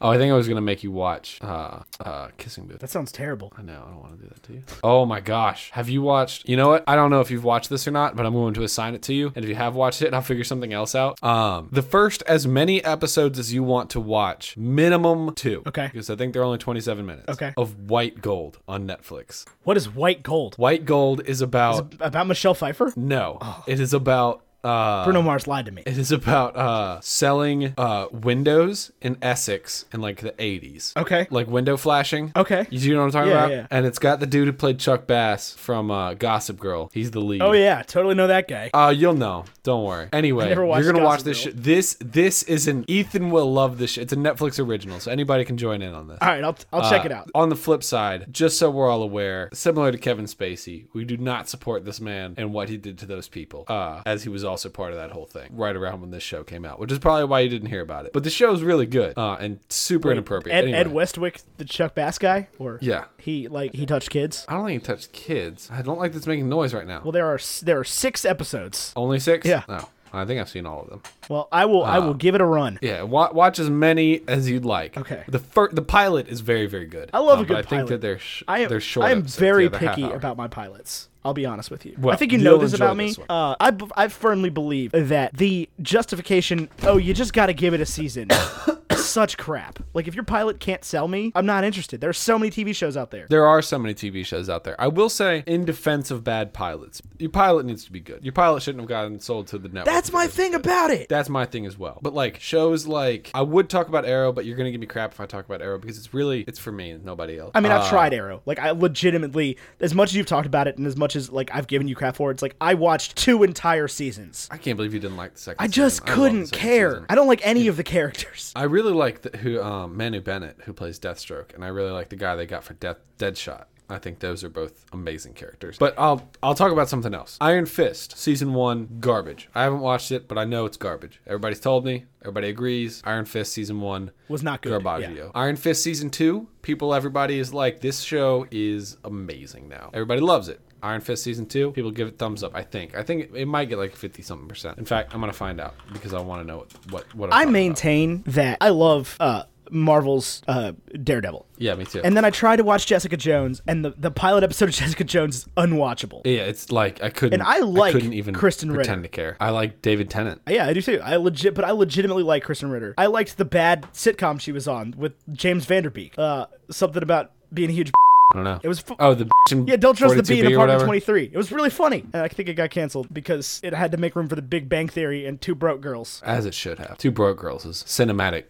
A: oh, I think I was gonna make you watch uh, uh, Kissing Booth.
B: That sounds terrible.
A: I know. I don't want to do that to you. Oh my gosh. Have you watched? You know what? I don't know if you've watched this or not, but I'm going to assign it to you. And if you have watched it, I'll figure something else out. Um, the first as many episodes as you want to watch, minimum two.
B: Okay.
A: Because I think they're only 27 minutes.
B: Okay.
A: Of White Gold on Netflix.
B: What is White Gold?
A: White Gold is about
B: About Michelle Pfeiffer?
A: no. It is about. Uh,
B: Oh. Bruno Mars lied to me.
A: it is about uh, selling uh, windows in Essex in like the 80s.
B: Okay.
A: Like window flashing.
B: Okay.
A: You see what I'm talking
B: Yeah,
A: about?
B: yeah.
A: And it's got the dude who played Chuck Bass from uh, Gossip Girl. He's the lead.
B: Oh yeah, totally know that guy.
A: Uh, you'll know. Don't worry. Anyway,
B: never
A: you're
B: watched
A: gonna watch
B: Gossip
A: this.
B: Girl.
A: Sh- this this is an Ethan will love this. Sh- it's a Netflix original, so anybody can join in on this.
B: All right, I'll I'll check
A: Uh,
B: it out.
A: On the flip side, just so we're all aware, similar to Kevin Spacey, we do not support this man and what he did to those people, uh, as he was also part of that whole thing right around when this show came out, which is probably why you didn't hear about it. But the show is really good uh, and super inappropriate.
B: Ed,
A: anyway,
B: Ed Westwick, the Chuck Bass guy, or
A: Yeah.
B: he like he touched kids.
A: I don't think he touched kids. I don't like that's making noise right now.
B: Well, there are s- there are six episodes.
A: Only six?
B: Yeah.
A: No. I think I've seen all of them.
B: Well, I will
A: Uh,
B: I will give it a run.
A: Yeah, wa- watch as many as you'd like.
B: Okay.
A: The fir- the pilot is very very good.
B: I love a
A: Uh, but
B: good
A: I think
B: pilot.
A: that they're sh-
B: I am
A: they're short.
B: I am
A: episodes.
B: very
A: Yeah, they're half
B: picky
A: hour.
B: about my pilots. I'll be honest with you.
A: Well,
B: I think you
A: you'll
B: know this
A: enjoy
B: about
A: this
B: me.
A: one.
B: Uh, I, b- I firmly believe that the justification, oh, you just got to give it a season, is such crap. Like, if your pilot can't sell me, I'm not interested. There's so many TV shows out there.
A: There are so many TV shows out there. I will say, in defense of bad pilots, your pilot needs to be good. Your pilot shouldn't have gotten sold to the network.
B: That's my thing about it.
A: That's my thing as well. But like shows like I would talk about Arrow, but you're gonna give me crap if I talk about Arrow because it's really it's for me and nobody else.
B: I mean, I've
A: Uh,
B: tried Arrow. Like, I legitimately, as much as you've talked about it, and as much as like I've given you crap for it, it's like I watched two entire seasons.
A: I can't believe you didn't like the second.
B: I just couldn't care. I don't like any of the characters.
A: I really like the, who um, Manu Bennett, who plays Deathstroke, and I really like the guy they got for Death Deadshot. I think those are both amazing characters. But I'll I'll talk about something else. Iron Fist season one garbage. I haven't watched it, but I know it's garbage. Everybody's told me. Everybody agrees. Iron Fist season one
B: Was not good,
A: Garbaggio. Iron Fist season two. People, everybody is like, this show is amazing now. Everybody loves it. Iron Fist season two. People give it thumbs up. I think. I think it, it might get like fifty something percent. In fact, I'm gonna find out because I want to know what what. what I'm
B: I
A: talking about.
B: maintain that I love uh, Marvel's uh, Daredevil.
A: Yeah, me too.
B: And then I tried to watch Jessica Jones, and the, the pilot episode of Jessica Jones is unwatchable.
A: Yeah, it's like I couldn't.
B: And I like
A: couldn't even
B: Kristen Ritter.
A: pretend to care. I like David Tennant.
B: yeah, I do too. I legit, but I legitimately like Kristen Ritter. I liked the bad sitcom she was on with James Vanderbeek. Uh, something about being a huge.
A: I don't know.
B: It was fu-
A: oh the bitch in
B: Yeah, don't trust the
A: 42B
B: bee in
A: or
B: apartment
A: whatever.
B: twenty three. It was really funny, and I think it got canceled because it had to make room for the Big Bang Theory and Two Broke Girls.
A: As it should have. Two broke girls is cinematic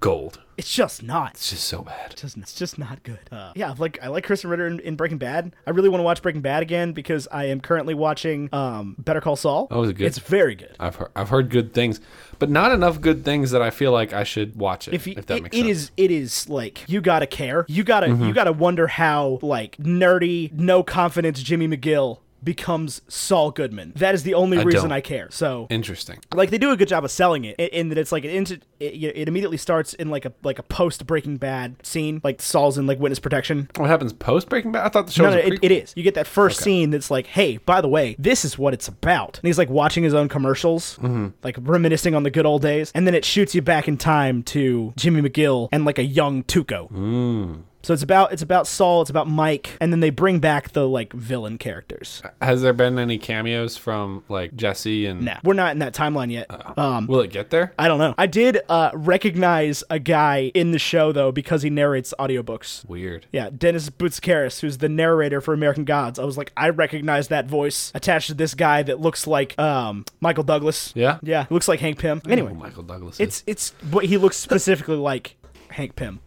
A: gold.
B: It's just not.
A: It's just so bad.
B: just it's just not good. Uh, yeah, like I like Kristen Ritter in, in Breaking Bad. I really want to watch Breaking Bad again because I am currently watching um, Better Call Saul.
A: Oh, is it good?
B: It's very good.
A: I've heard, I've heard good things, but not enough good things that I feel like I should watch it. If,
B: If you,
A: that
B: it,
A: makes
B: it
A: sense. Mm-hmm.
B: is it is like you gotta care. You gotta you gotta wonder how like nerdy, no confidence Jimmy McGill becomes Saul Goodman. That is the only reason
A: don't.
B: I care. So
A: Interesting.
B: like they do a good job of selling it in, in that it's like it, into, it it immediately starts in like a like a post Breaking Bad scene. Like Saul's in like witness protection.
A: What happens post Breaking Bad? I thought the show
B: No, no,
A: was a
B: it,
A: prequel.
B: it is. You get that first scene that's like, hey, by the way, this is what it's about. And he's like watching his own commercials, like reminiscing on the good old days. And then it shoots you back in time to Jimmy McGill and like a young Tuco. So it's about it's about Saul, it's about Mike, and then they bring back the like villain characters.
A: Has there been any cameos from like Jesse and?
B: Nah, we're not in that timeline yet. Um,
A: Will it get there?
B: I don't know. I did uh, recognize a guy in the show though because he narrates audiobooks.
A: Weird.
B: Yeah, Dennis Butskaris, who's the narrator for American Gods. I was like, I recognize that voice attached to this guy that looks like um, Michael Douglas.
A: Yeah.
B: Yeah, looks like Hank Pym. Anyway,
A: Oh, Michael Douglas. is-
B: it's it's but he looks specifically like Hank Pym,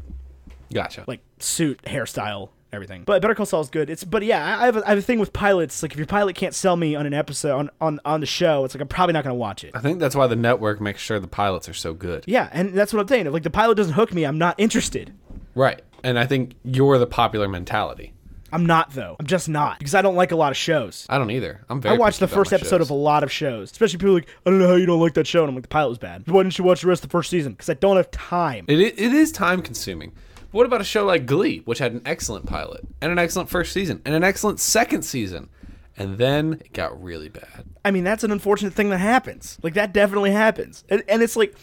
A: gotcha.
B: like suit, hairstyle, everything. But Better Call Saul is good. It's but yeah, I I have, a, I have a thing with pilots. Like if your pilot can't sell me on an episode on on on the show, it's like I'm probably not gonna watch it.
A: I think that's why the network makes sure the pilots are so good.
B: Yeah, and that's what I'm saying. If like the pilot doesn't hook me, I'm not interested.
A: Right. And I think you're the popular mentality.
B: I'm not though. I'm just not because I don't like a lot of shows.
A: I don't either. I'm very.
B: I watched the
A: picky about
B: first
A: my
B: episode
A: shows.
B: of a lot of shows, especially people like, I don't know how you don't like that show. And I'm like, the pilot was bad. Why didn't you watch the rest of the first season? Because I don't have time.
A: It, i- it is time consuming. But what about a show like Glee, which had an excellent pilot and an excellent first season and an excellent second season? And then it got really bad.
B: I mean, that's an unfortunate thing that happens. Like that definitely happens, and, and it's like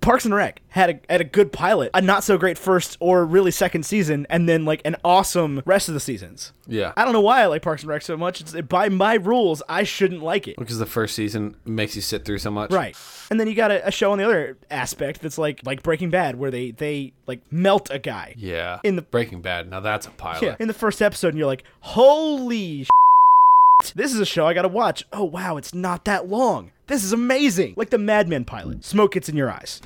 B: Parks and Rec had a had a good pilot, a not so great first or really second season, and then like an awesome rest of the seasons.
A: Yeah.
B: I don't know why I like Parks and Rec so much. It's, by my rules, I shouldn't like it.
A: Because the first season makes you sit through so much.
B: Right. And then you got a, a show on the other aspect that's like like Breaking Bad, where they they like melt a guy.
A: Yeah.
B: In the-
A: Breaking Bad. Now that's a pilot.
B: Yeah, in the first episode, and you're like, holy shit, this is a show I gotta watch. Oh, wow, it's not that long. This is amazing. Like the Mad Men pilot, smoke gets in your eyes.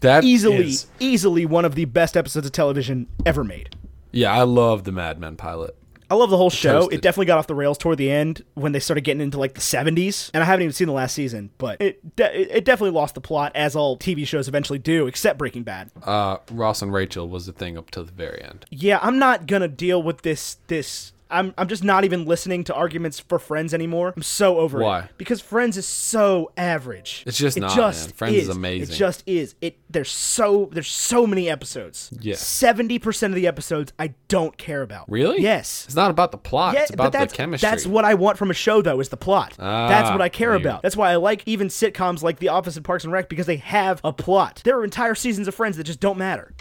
A: That
B: Easily,
A: is-
B: easily one of the best episodes of television ever made.
A: yeah, I love the Mad Men pilot.
B: I love the whole show.
A: Toasted.
B: It definitely got off the rails toward the end when they started getting into like the 70s, and I haven't even seen the last season, but it de- it- it definitely lost the plot as all TV shows eventually do, except Breaking Bad.
A: Uh, Ross and Rachel was the thing up to the very end.
B: yeah, I'm not gonna deal with this. This I'm I'm just not even listening to arguments for Friends anymore. I'm so over it.
A: Why?
B: Because Friends is so average.
A: It's just
B: it
A: not,
B: Just
A: man. Friends is amazing.
B: It just is. It there's so there's so many episodes.
A: Yeah.
B: Seventy percent of the episodes I don't care about.
A: Really?
B: Yes.
A: It's not about the plot.
B: Yeah,
A: it's about
B: but that's,
A: the chemistry.
B: That's what I want from a show, though, is the plot. that's
A: Ah,
B: what I care
A: I hear you.
B: about. That's why I like even sitcoms like The Office and Parks and Rec because they have a plot. There are entire seasons of Friends that just don't matter.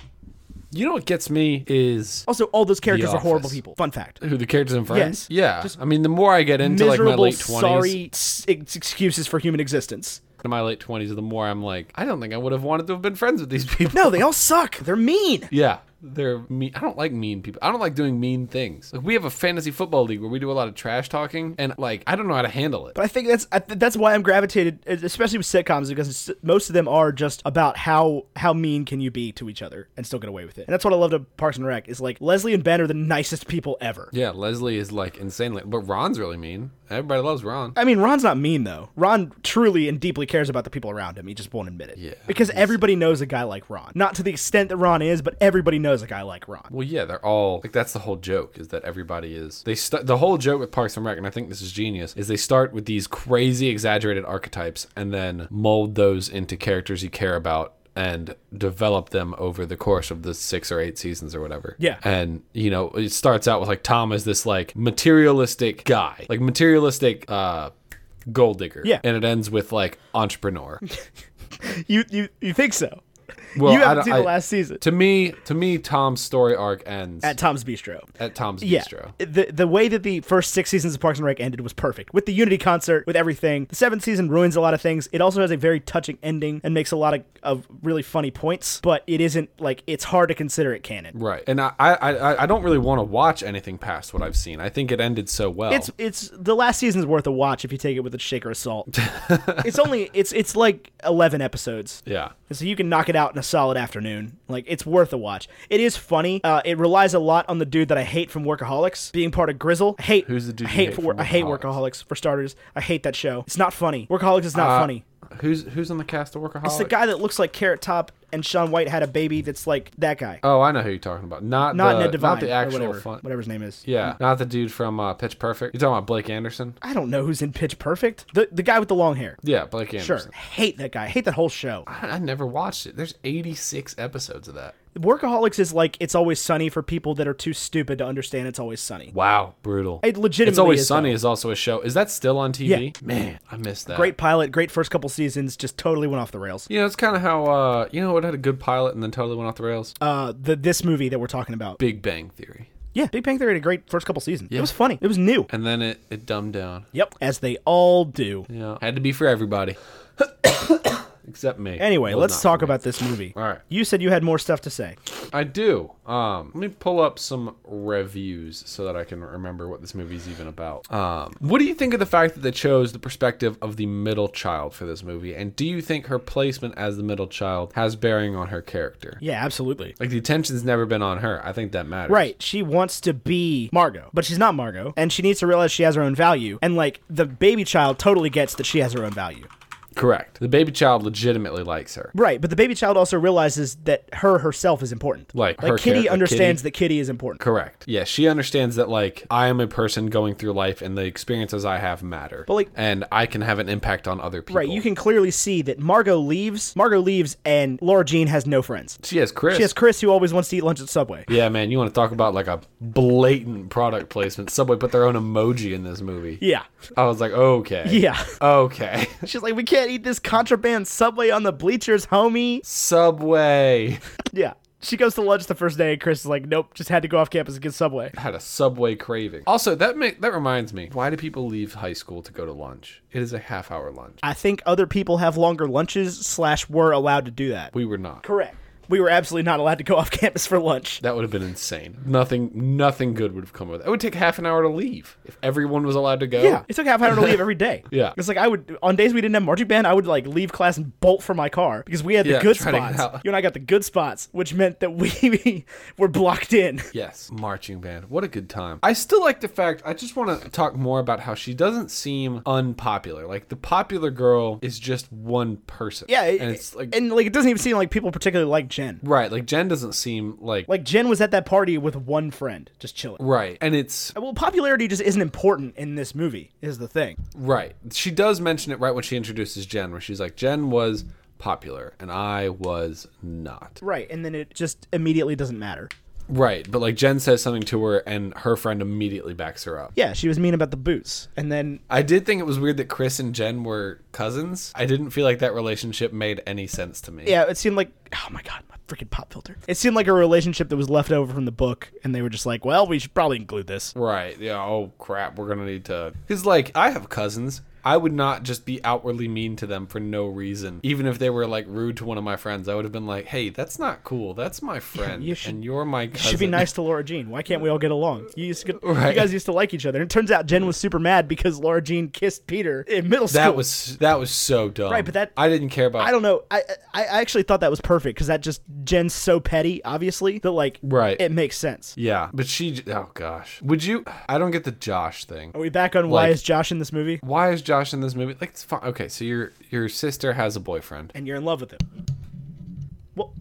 A: you know what gets me is
B: Also, all those characters are horrible
A: Office.
B: people. Fun fact.
A: who the characters in Friends.
B: Yes.
A: Yeah. I mean, the more I get into like
B: miserable,
A: my late
B: sorry s- ex- excuses for human existence.
A: in my late twenties, the more I'm like, I don't think I would have wanted to have been friends with these people.
B: No, they all suck. They're mean.
A: Yeah, they're mean. I don't like mean people. I don't like doing mean things. Like we have a fantasy football league where we do a lot of trash talking, and like I don't know how to handle it.
B: But I think that's I th- that's why I'm gravitated, especially with sitcoms, because it's- most of them are just about how how mean can you be to each other and still get away with it. And that's what I loved about Parks and Rec is like Leslie and Ben are the nicest people ever.
A: Yeah, Leslie is like insanely, but Ron's really mean. Everybody loves Ron.
B: I mean, Ron's not mean though. Ron truly and deeply cares about the people around him. He just won't admit it.
A: Yeah.
B: Because everybody knows a guy like Ron. Not to the extent that Ron is, but everybody knows a guy like Ron.
A: Well, yeah, they're all like that's the whole joke is that everybody is they st- the whole joke with Parks and Rec, and I think this is genius, is they start with these crazy exaggerated archetypes and then mold those into characters you care about and develop them over the course of the six or eight seasons or whatever.
B: Yeah.
A: And you know, it starts out with like Tom is this like materialistic guy, like materialistic uh gold digger.
B: Yeah.
A: And it ends with like entrepreneur.
B: You you you think so?
A: Well,
B: you
A: I
B: haven't
A: don't-
B: seen the
A: I-
B: last season.
A: to me, to me Tom's story arc ends
B: at
A: at,
B: Tom's Bistro.
A: Tom's
B: Yeah,
A: bistro.
B: the the way that the first six seasons of Parks and Rec ended was perfect with the Unity concert, with everything. The seventh season ruins a lot of things. It also has a very touching ending and makes a lot of, of really funny points, but it isn't like it's hard to consider it canon.
A: Right, and I I, I, I don't really want to watch anything past what I've seen. I think it ended so well.
B: It's it's the last season's worth a watch if you take it with a shaker of salt. it's only it's it's like eleven episodes.
A: yeah,
B: So you can knock it out in a solid afternoon. Like it's worth a watch. It is funny. Uh, it relies a lot on the dude that I hate from Workaholics being part of Grizzle. I hate
A: Who's the dude
B: I
A: you
B: hate,
A: hate
B: for,
A: from
B: I hate
A: Workaholics?
B: Workaholics for starters. I hate that show. It's not funny. Workaholics is not
A: Uh,
B: funny.
A: Who's who's on the cast of Workaholics?
B: It's the guy that looks like Carrot Top and Sean White had a baby. That's like that guy.
A: Oh, I know who you're talking about. Not
B: not
A: the,
B: Ned Devine.
A: not the actual
B: or whatever,
A: fun.
B: whatever his name is.
A: Yeah, not the dude from uh, Pitch Perfect. You're talking about Blake Anderson.
B: I don't know who's in Pitch Perfect. The the guy with the long hair.
A: Yeah, Blake
B: Sure.
A: Anderson.
B: Hate that guy. Hate that whole show.
A: I, I never watched it. There's 86 episodes of that.
B: Workaholics is like It's Always Sunny for people that are too stupid to understand It's Always Sunny.
A: Wow, brutal.
B: It legitimately
A: It's always
B: is,
A: sunny
B: though.
A: is also a show. Is that still on TV?
B: Yeah.
A: Man, I missed that.
B: Great pilot, great first couple seasons, just totally went off the rails.
A: You know, it's kind of how uh, you know it had a good pilot and then totally went off the rails.
B: Uh, the this movie that we're talking about.
A: Big Bang Theory,
B: Yeah, Big Bang Theory had a great first couple seasons. It was funny. It was new.
A: and then it it dumbed down.
B: Yep, as they all do.
A: Yeah, had to be for everybody, except me.
B: Anyway,
A: Well,
B: let's
A: not
B: talk about this movie.
A: All right.
B: You said you had more stuff to say.
A: I do. Um, let me pull up some reviews so that I can remember what this movie's even about. Um, what do you think of the fact that they chose the perspective of the middle child for this movie? And do you think her placement as the middle child has bearing on her character?
B: Yeah, absolutely.
A: Like the attention's never been on her. I think that matters.
B: Right. She wants to be Margot, but she's not Margot, and she needs to realize she has her own value. And like the baby child totally gets that she has her own value.
A: Correct. The baby child legitimately likes her.
B: Right, but the baby child also realizes that her herself is important.
A: Like,
B: like
A: her
B: Kitty
A: character,
B: understands that Kitty is important.
A: Correct. Yeah, she understands that like I am a person going through life and the experiences I have matter.
B: But, like-
A: and I can have an impact on other people.
B: Right, you can clearly see that Margot leaves. Margot leaves, and Laura Jean has no friends.
A: She has Chris.
B: She has Chris, who always wants to eat lunch at Subway.
A: Yeah, man, you want to talk about like a blatant product placement? Subway put their own emoji in this movie.
B: Yeah,
A: I was like, okay,
B: yeah.
A: okay,
B: She's like, we can't eat this contraband Subway on the bleachers, homie.
A: Subway
B: Yeah. She goes to lunch the first day, and Chris is like, nope, just had to go off campus and get Subway.
A: I had a Subway craving. Also, that ma- that reminds me, why do people leave high school to go to lunch? It is a half hour lunch.
B: I think other people have longer lunches slash were allowed to do that.
A: We were not.
B: Correct. We were absolutely not allowed to go off campus for lunch.
A: That would have been insane. Nothing, nothing good would have come of it. It would take half an hour to leave if everyone was allowed to go.
B: Yeah, it took half an hour to leave every day.
A: Yeah.
B: it's like I would on days we didn't have marching band, I would like leave class and bolt for my car because we had the
A: Yeah,
B: good
A: try to get
B: spots.
A: out.
B: You and I got the good spots, which meant that we were blocked in.
A: Yes, marching band. What a good time. I still like the fact, I just want to talk more about how she doesn't seem unpopular. Like, the popular girl is just one person.
B: Yeah,
A: and it's like,
B: and like it doesn't even seem like people particularly like Jen.
A: right, like Jen doesn't seem like,
B: Like Jen was at that party with one friend, just chilling.
A: right. And it's,
B: Well, popularity just isn't important in this movie, is the thing.
A: right. She does mention it right when she introduces Jen, where she's like, Jen was popular and I was not.
B: Right, and then it just immediately doesn't matter.
A: Right. But like, Jen says something to her and her friend immediately backs her up.
B: Yeah, she was mean about the boots, and then
A: I did think it was weird that Chris and Jen were cousins. I didn't feel like that relationship made any sense to me.
B: yeah, it seemed like oh my god, my freaking pop filter. It seemed like a relationship that was left over from the book, and they were just like, well, we should probably include this.
A: Right. Yeah. Oh crap. We're gonna need to. Because like I have cousins. I would not just be outwardly mean to them for no reason. Even if they were like rude to one of my friends, I would have been like, "Hey, that's not cool. That's my friend,
B: you should-
A: and you're my cousin."
B: Should be nice to Laura Jean. Why can't we all get along? You used to get, you
A: Right.
B: guys used to like each other. And it turns out Jen was super mad because Laura Jean kissed Peter in middle school.
A: That was that was so dumb.
B: Right, but that-
A: I didn't care about.
B: I don't know. I I I actually thought that was perfect because that just Jen's so petty, obviously, that like
A: Right.
B: it makes sense.
A: Yeah, but she. j- Oh gosh. Would you? I don't get the Josh thing.
B: Are we back on why
A: Like-
B: is Josh in this movie?
A: Why is Josh in this movie? Like, it's fine. Okay, so your your sister has a boyfriend.
B: And you're in love with him.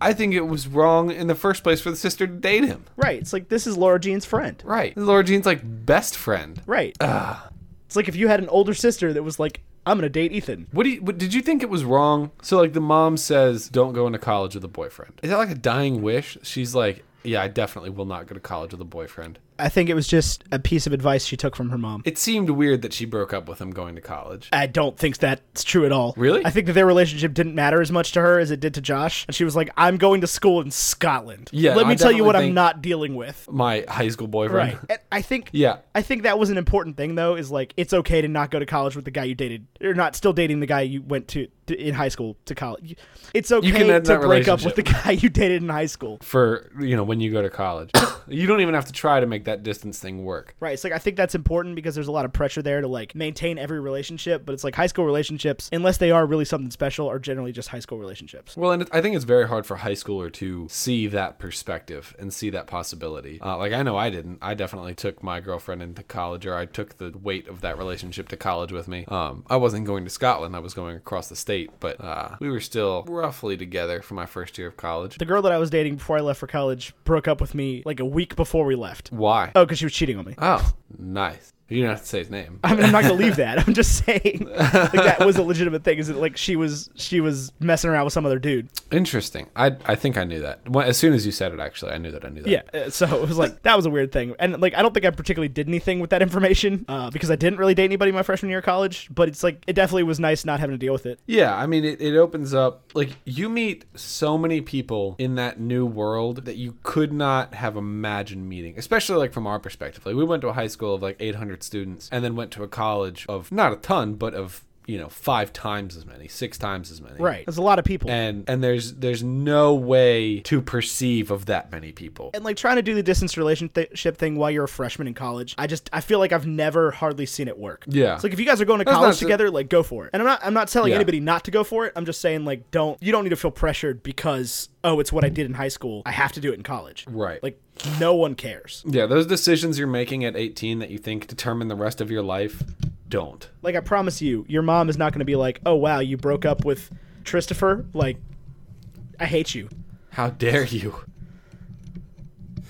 A: I think it was wrong in the first place for the sister to date him.
B: Right. It's like this is Laura Jean's friend.
A: Right. Laura Jean's like best friend.
B: Right. It's like if you had an older sister that was like, I'm gonna date Ethan.
A: What do you, what, did you think it was wrong? So like the mom says, "Don't go into college with a boyfriend." Is that like a dying wish? She's like, "Yeah, I definitely will not go to college with a boyfriend."
B: I think it was just a piece of advice she took from her mom.
A: It seemed weird that she broke up with him going to college.
B: I don't think that's true at all.
A: Really?
B: I think that their relationship didn't matter as much to her as it did to Josh. And she was like, I'm going to school in Scotland.
A: Yeah,
B: Let
A: I
B: me tell you what
A: definitely
B: I'm
A: think-
B: not dealing with.
A: My high school boyfriend.
B: Right. And I think
A: Yeah.
B: I think that was an important thing though, is like it's okay to not go to college with the guy you dated. You're not still dating the guy you went to, to in high school to college. It's okay
A: can end
B: to
A: that
B: break up with the guy you dated in high school.
A: For you know, when you go to college, you don't even have to try to make that distance thing work.
B: Right. It's like I think that's important because there's a lot of pressure there to like maintain every relationship, but it's like high school relationships, unless they are really something special, are generally just high school relationships.
A: Well, and it, I think it's very hard for a high schooler to see that perspective and see that possibility. Uh, like I know I didn't. I definitely took my girlfriend into college, or I took the weight of that relationship to college with me. Um, I wasn't going to Scotland. I was going across the state, but uh, we were still roughly together for my first year of college.
B: The girl that I was dating before I left for college broke up with me like a week before we left.
A: Why?
B: Oh, because she was cheating on me.
A: Oh, nice. You don't have to say his name.
B: I mean, I'm not gonna leave that. I'm just saying, like that was a legitimate thing. Is that like she was she was messing around with some other dude?
A: Interesting. I I think I knew that. When, as soon as you said it, actually, I knew that. I knew that.
B: Yeah. uh, So it was like that was a weird thing, and like I don't think I particularly did anything with that information uh, because I didn't really date anybody my freshman year of college. But it's like it definitely was nice not having to deal with it.
A: Yeah, I mean, it, it opens up, like, you meet so many people in that new world that you could not have imagined meeting, especially, like, from our perspective. Like, we went to a high school of, like, 800 students and then went to a college of not a ton, but of, you know, five times as many, six times as many.
B: Right. There's a lot of people.
A: And, and there's there's no way to perceive of that many people.
B: and like trying to do the distance relationship thing while you're a freshman in college, I just I feel like I've never hardly seen it work.
A: Yeah.
B: It's like if you guys are going to
A: That's
B: college
A: not-
B: together, like go for it. And I'm not I'm not telling
A: Yeah.
B: anybody not to go for it. I'm just saying like don't you don't need to feel pressured because oh it's what I did in high school. I have to do it in college.
A: Right.
B: Like no one cares.
A: Yeah, those decisions you're making at 18 that you think determine the rest of your life don't.
B: Like I promise you, your mom is not going to be like, "Oh wow, you broke up with Christopher." Like I hate you.
A: How dare you?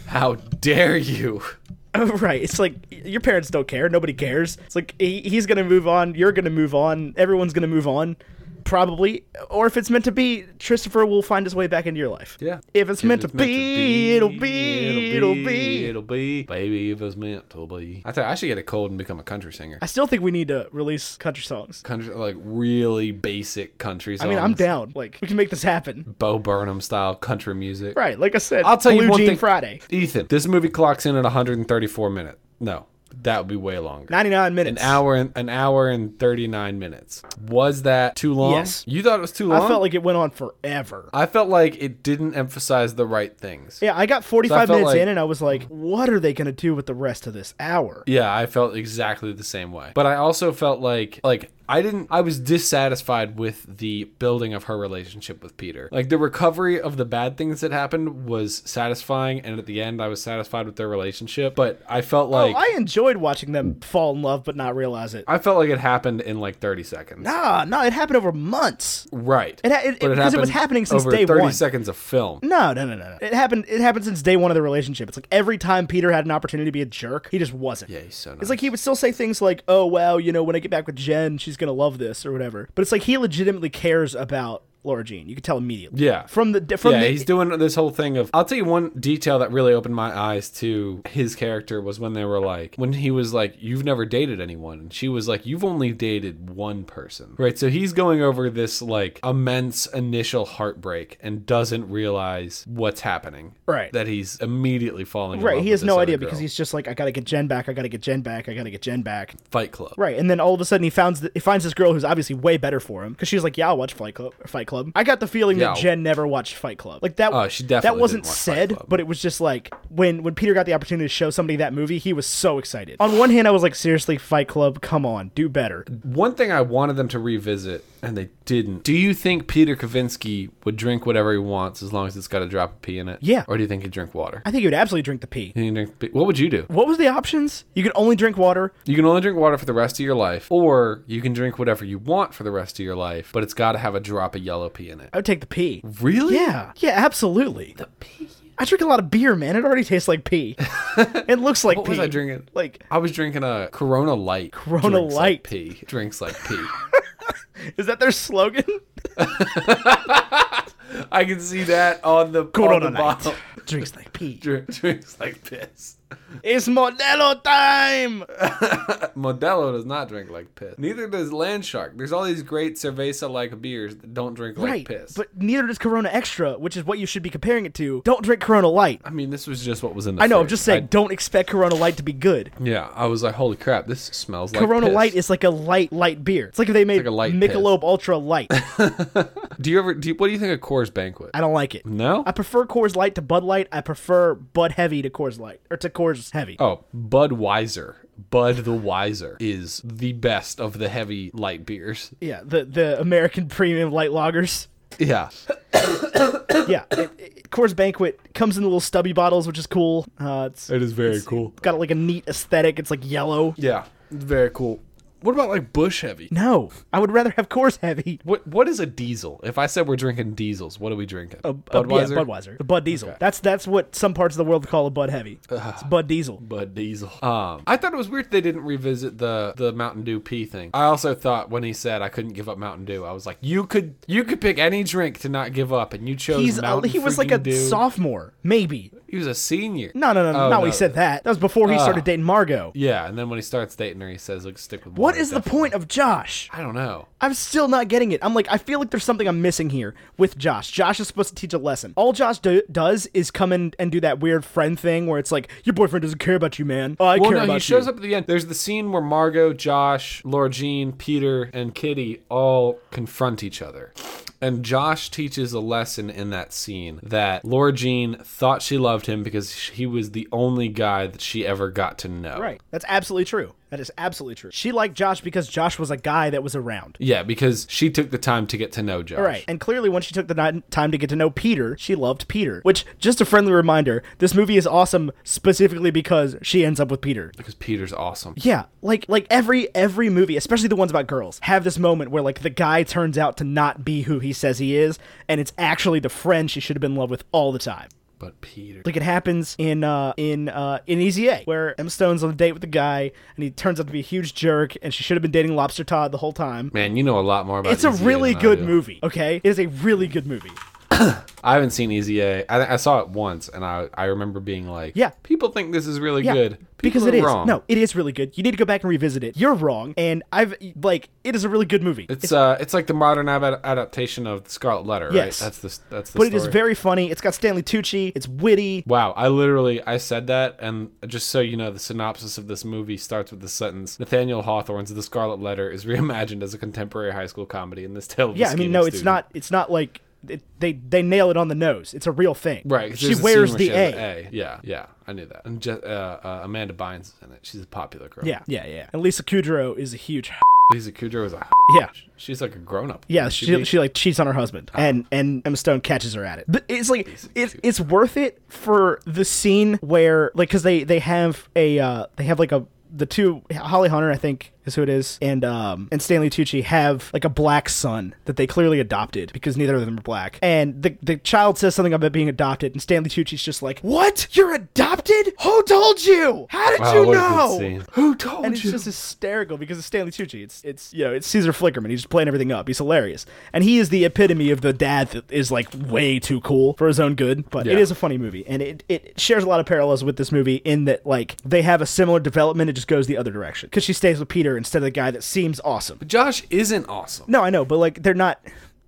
A: How dare you?
B: Oh, right. It's like y- your parents don't care. Nobody cares. It's like he, he's going to move on. You're going to move on. Everyone's going to move on, probably. Or if it's meant to be, Christopher will find his way back into your life.
A: Yeah.
B: If it's meant to be, it'll be, it'll be.
A: it'll be, baby. If it's meant to be, I thought I should get a cold and become a country singer.
B: I still think we need to release country songs.
A: Country, like really basic country
B: I
A: songs.
B: mean, I'm down. Like we can make this happen.
A: Bo Burnham style country music.
B: Right. Like I said,
A: I'll tell
B: Blue
A: you one
B: Jean
A: thing,
B: Friday.
A: Ethan. This movie clocks in at 134 minutes. No, that would be way longer.
B: 99
A: an
B: minutes.
A: hour and an hour and 39 minutes. Was that too long?
B: Yes.
A: You thought it was too long.
B: I felt like it went on forever.
A: I felt like it didn't emphasize the right things.
B: yeah, I got 45
A: felt
B: minutes
A: like-
B: in and I was like, what are they going to do with the rest of this hour?
A: Yeah, I felt exactly the same way. But I also felt like like I didn't I was dissatisfied with the building of her relationship with Peter. Like the recovery of the bad things that happened was satisfying and at the end I was satisfied with their relationship, but I felt like
B: Oh, I enjoyed watching them fall in love but not realize it.
A: I felt like it happened in like 30 seconds.
B: Nah, no, it happened over months.
A: Right.
B: It ha- it- because it
A: happened
B: was happening since
A: over
B: day
A: 30
B: one. Mm.
A: seconds of film.
B: No, no, no, no, no. It happened. It happened since day one of the relationship. It's like every time Peter had an opportunity to be a jerk, he just wasn't.
A: Yeah, he's so nice.
B: It's like he would still say things like, "Oh wow, you know, when I get back with Jen, she's gonna love this or whatever." But it's like he legitimately cares about Laura Jean. You could tell immediately.
A: Yeah.
B: From the di- from
A: yeah,
B: the,
A: he's doing this whole thing of. I'll tell you one detail that really opened my eyes to his character was when they were like, when he was like, "You've never dated anyone," and she was like, "You've only dated one person." Right. So he's going over this like immense initial heartbreak and doesn't realize what's happening.
B: Right.
A: That he's immediately falling. in
B: right.
A: love
B: He
A: with
B: has
A: this
B: no
A: other
B: idea
A: girl.
B: because he's just like, "I gotta get Jen back. I gotta get Jen back. I gotta get Jen back."
A: Fight Club.
B: Right, and then all of a sudden he finds th- he finds this girl who's obviously way better for him because she's like, "Yeah, I'll watch Fight Club." Fight Club. I got the feeling that
A: Yeah.
B: Jen never watched Fight Club. Like that.
A: Oh, she definitely
B: That wasn't
A: didn't watch Fight
B: said,
A: Club.
B: but it was just like when when Peter got the opportunity to show somebody that movie, he was so excited. On one hand, I was like, "Seriously, Fight Club, come on, do better."
A: One thing I wanted them to revisit, and they didn't. Do you think Peter Kavinsky would drink whatever he wants as long as it's got a drop of pee in it?
B: Yeah.
A: Or do you think he'd drink water?
B: I think he would absolutely drink the pee.
A: You can drink pee- What would you do?
B: What was the options? You could only drink water.
A: You can only drink water for the rest of your life, or you can drink whatever you want for the rest of your life, but it's got to have a drop of yellow pee in it.
B: I would take the pee.
A: Really?
B: Yeah, yeah, absolutely. The pee. I drink a lot of beer, man. It already tastes like pee. it looks like
A: What
B: pee.
A: was I drinking?
B: Like,
A: I was drinking a Corona Light.
B: Corona
A: drinks
B: Light.
A: like pee. Drinks like pee.
B: is that their slogan?
A: I can see that on the Corona
B: Corona
A: on the bottle.
B: Light. Drinks like pee.
A: Drink, drinks like piss.
B: It's Modelo time.
A: Modelo does not drink like piss. Neither does Landshark. There's all these great cerveza-like beers that don't drink like
B: right,
A: piss.
B: but neither does Corona Extra, which is what you should be comparing it to. Don't drink Corona Light.
A: I mean, this was just what was in the.
B: I know. I'm
A: fridge.
B: just saying. Don't expect Corona Light to be good.
A: yeah, I was like, holy crap, this smells like
B: Corona
A: piss.
B: Light is like a light, light beer. It's like if they made
A: a light
B: Michelob Ultra Light.
A: Do you ever? Do you, what do you think of Coors Banquet?
B: I don't like it.
A: no.
B: I prefer Coors Light to Bud Light. I prefer Bud Heavy to Coors Light or to Coors Heavy.
A: Oh, Budweiser. Bud the Wiser is the best of the heavy light beers.
B: Yeah, the the American premium light lagers.
A: Yeah.
B: yeah, it, it- Coors Banquet comes in little stubby bottles, which is cool. Uh, it's
A: It is very cool.
B: got like a neat aesthetic. It's like yellow.
A: Yeah. Very cool. What about like Bush Heavy?
B: No, I would rather have Coors Heavy.
A: What what is a diesel? If I said we're drinking diesels, what are we drinking?
B: A, a- yeah, Budweiser. The Bud Diesel. That's that's what some parts of the world call a Bud Heavy. It's Bud Diesel.
A: Bud Diesel. Um, I thought it was weird they didn't revisit the the Mountain Dew pee thing. I also thought when he said I couldn't give up Mountain Dew, I was like, you could you could pick any drink to not give up, and you chose
B: He's a,
A: Mountain
B: he was like a
A: freaking Dew.
B: sophomore, maybe.
A: He was a senior.
B: No, no, no, no.
A: Oh,
B: no, he
A: no.
B: said that. That was before he started dating Margot.
A: Yeah, and then when he starts dating her, he says, "Look, stick with
B: What
A: water,
B: is the
A: definitely."
B: point of Josh?
A: I don't know.
B: I'm still not getting it. I'm like, I feel like there's something I'm missing here with Josh. Josh is supposed to teach a lesson. All Josh do- does is come in and do that weird friend thing where it's like, your boyfriend doesn't care about you, man. Oh, I
A: Well,
B: care
A: no,
B: about
A: he shows
B: you.
A: up at the end. There's the scene where Margot, Josh, Laura Jean, Peter, and Kitty all confront each other. And Josh teaches a lesson in that scene that Laura Jean thought she loved him because he was the only guy that she ever got to know.
B: Right. That's absolutely true. That is absolutely true. She liked Josh because Josh was a guy that was around.
A: Yeah, because she took the time to get to know Josh.
B: Right. And clearly, when she took the ni- time to get to know Peter, she loved Peter. Which, just a friendly reminder, this movie is awesome specifically because she ends up with Peter.
A: Because Peter's awesome.
B: Yeah, like like every every movie, especially the ones about girls, have this moment where like the guy turns out to not be who he says he is, and it's actually the friend she should have been in love with all the time.
A: But Peter.
B: Like it happens in uh in uh in Easy A, where Emma Stone's on a date with the guy, and he turns out to be a huge jerk, and she should have been dating Lobster Todd the whole time.
A: Man, you know a lot more about
B: It's a
A: EZA
B: really
A: than I
B: good
A: do.
B: movie, okay? It is a really good movie.
A: I haven't seen Easy A. I, I saw it once, and I, I remember being like,
B: Yeah.
A: people think this is really
B: Yeah,
A: good. People
B: because
A: are
B: it is
A: wrong.
B: no, it is really good. You need to go back and revisit it. You're wrong, and I've like it is a really good movie.
A: It's uh, it's like the modern ad- adaptation of the Scarlet Letter,
B: Yes.
A: right? That's the that's the.
B: but
A: story.
B: it is very funny. It's got Stanley Tucci. It's witty.
A: Wow, I literally I said that, and just so you know, the synopsis of this movie starts with the sentence: Nathaniel Hawthorne's *The Scarlet Letter* is reimagined as a contemporary high school comedy in this tale. Of a
B: Yeah, I mean,
A: scheming
B: no, it's
A: student.
B: not. It's not like it, they they nail it on the nose. It's a real thing.
A: Right, 'cause
B: She
A: there's a
B: wears
A: scene where
B: the
A: she has A.
B: A.
A: Yeah, yeah, I knew that. And just, uh, uh, Amanda Bynes is in it. She's a popular girl.
B: Yeah, yeah, yeah. And Lisa Kudrow is a huge.
A: Lisa Kudrow is a.
B: Yeah.
A: She's like a grown up.
B: Yeah, she, she, like cheats on her husband, and and Emma Stone catches her at it. But it's like it's it's worth it for the scene where like because they they have a uh they have like a the two Holly Hunter I think is who it is and um and Stanley Tucci have like a black son that they clearly adopted because neither of them are black and the the child says something about being adopted and Stanley Tucci's just like what you're adopted who told you how did
A: Wow,
B: you
A: what a good
B: know
A: scene. Who told
B: and it's
A: you?
B: just hysterical because it's Stanley Tucci. It's it's you know it's Caesar Flickerman. He's just playing everything up. He's hilarious, and he is the epitome of the dad that is like way too cool for his own good. But it
A: Yeah.
B: is a funny movie, and it it shares a lot of parallels with this movie in that like they have a similar development. It just goes the other direction because she stays with Peter instead of the guy that seems awesome.
A: Josh isn't awesome.
B: No, I know, but like they're not.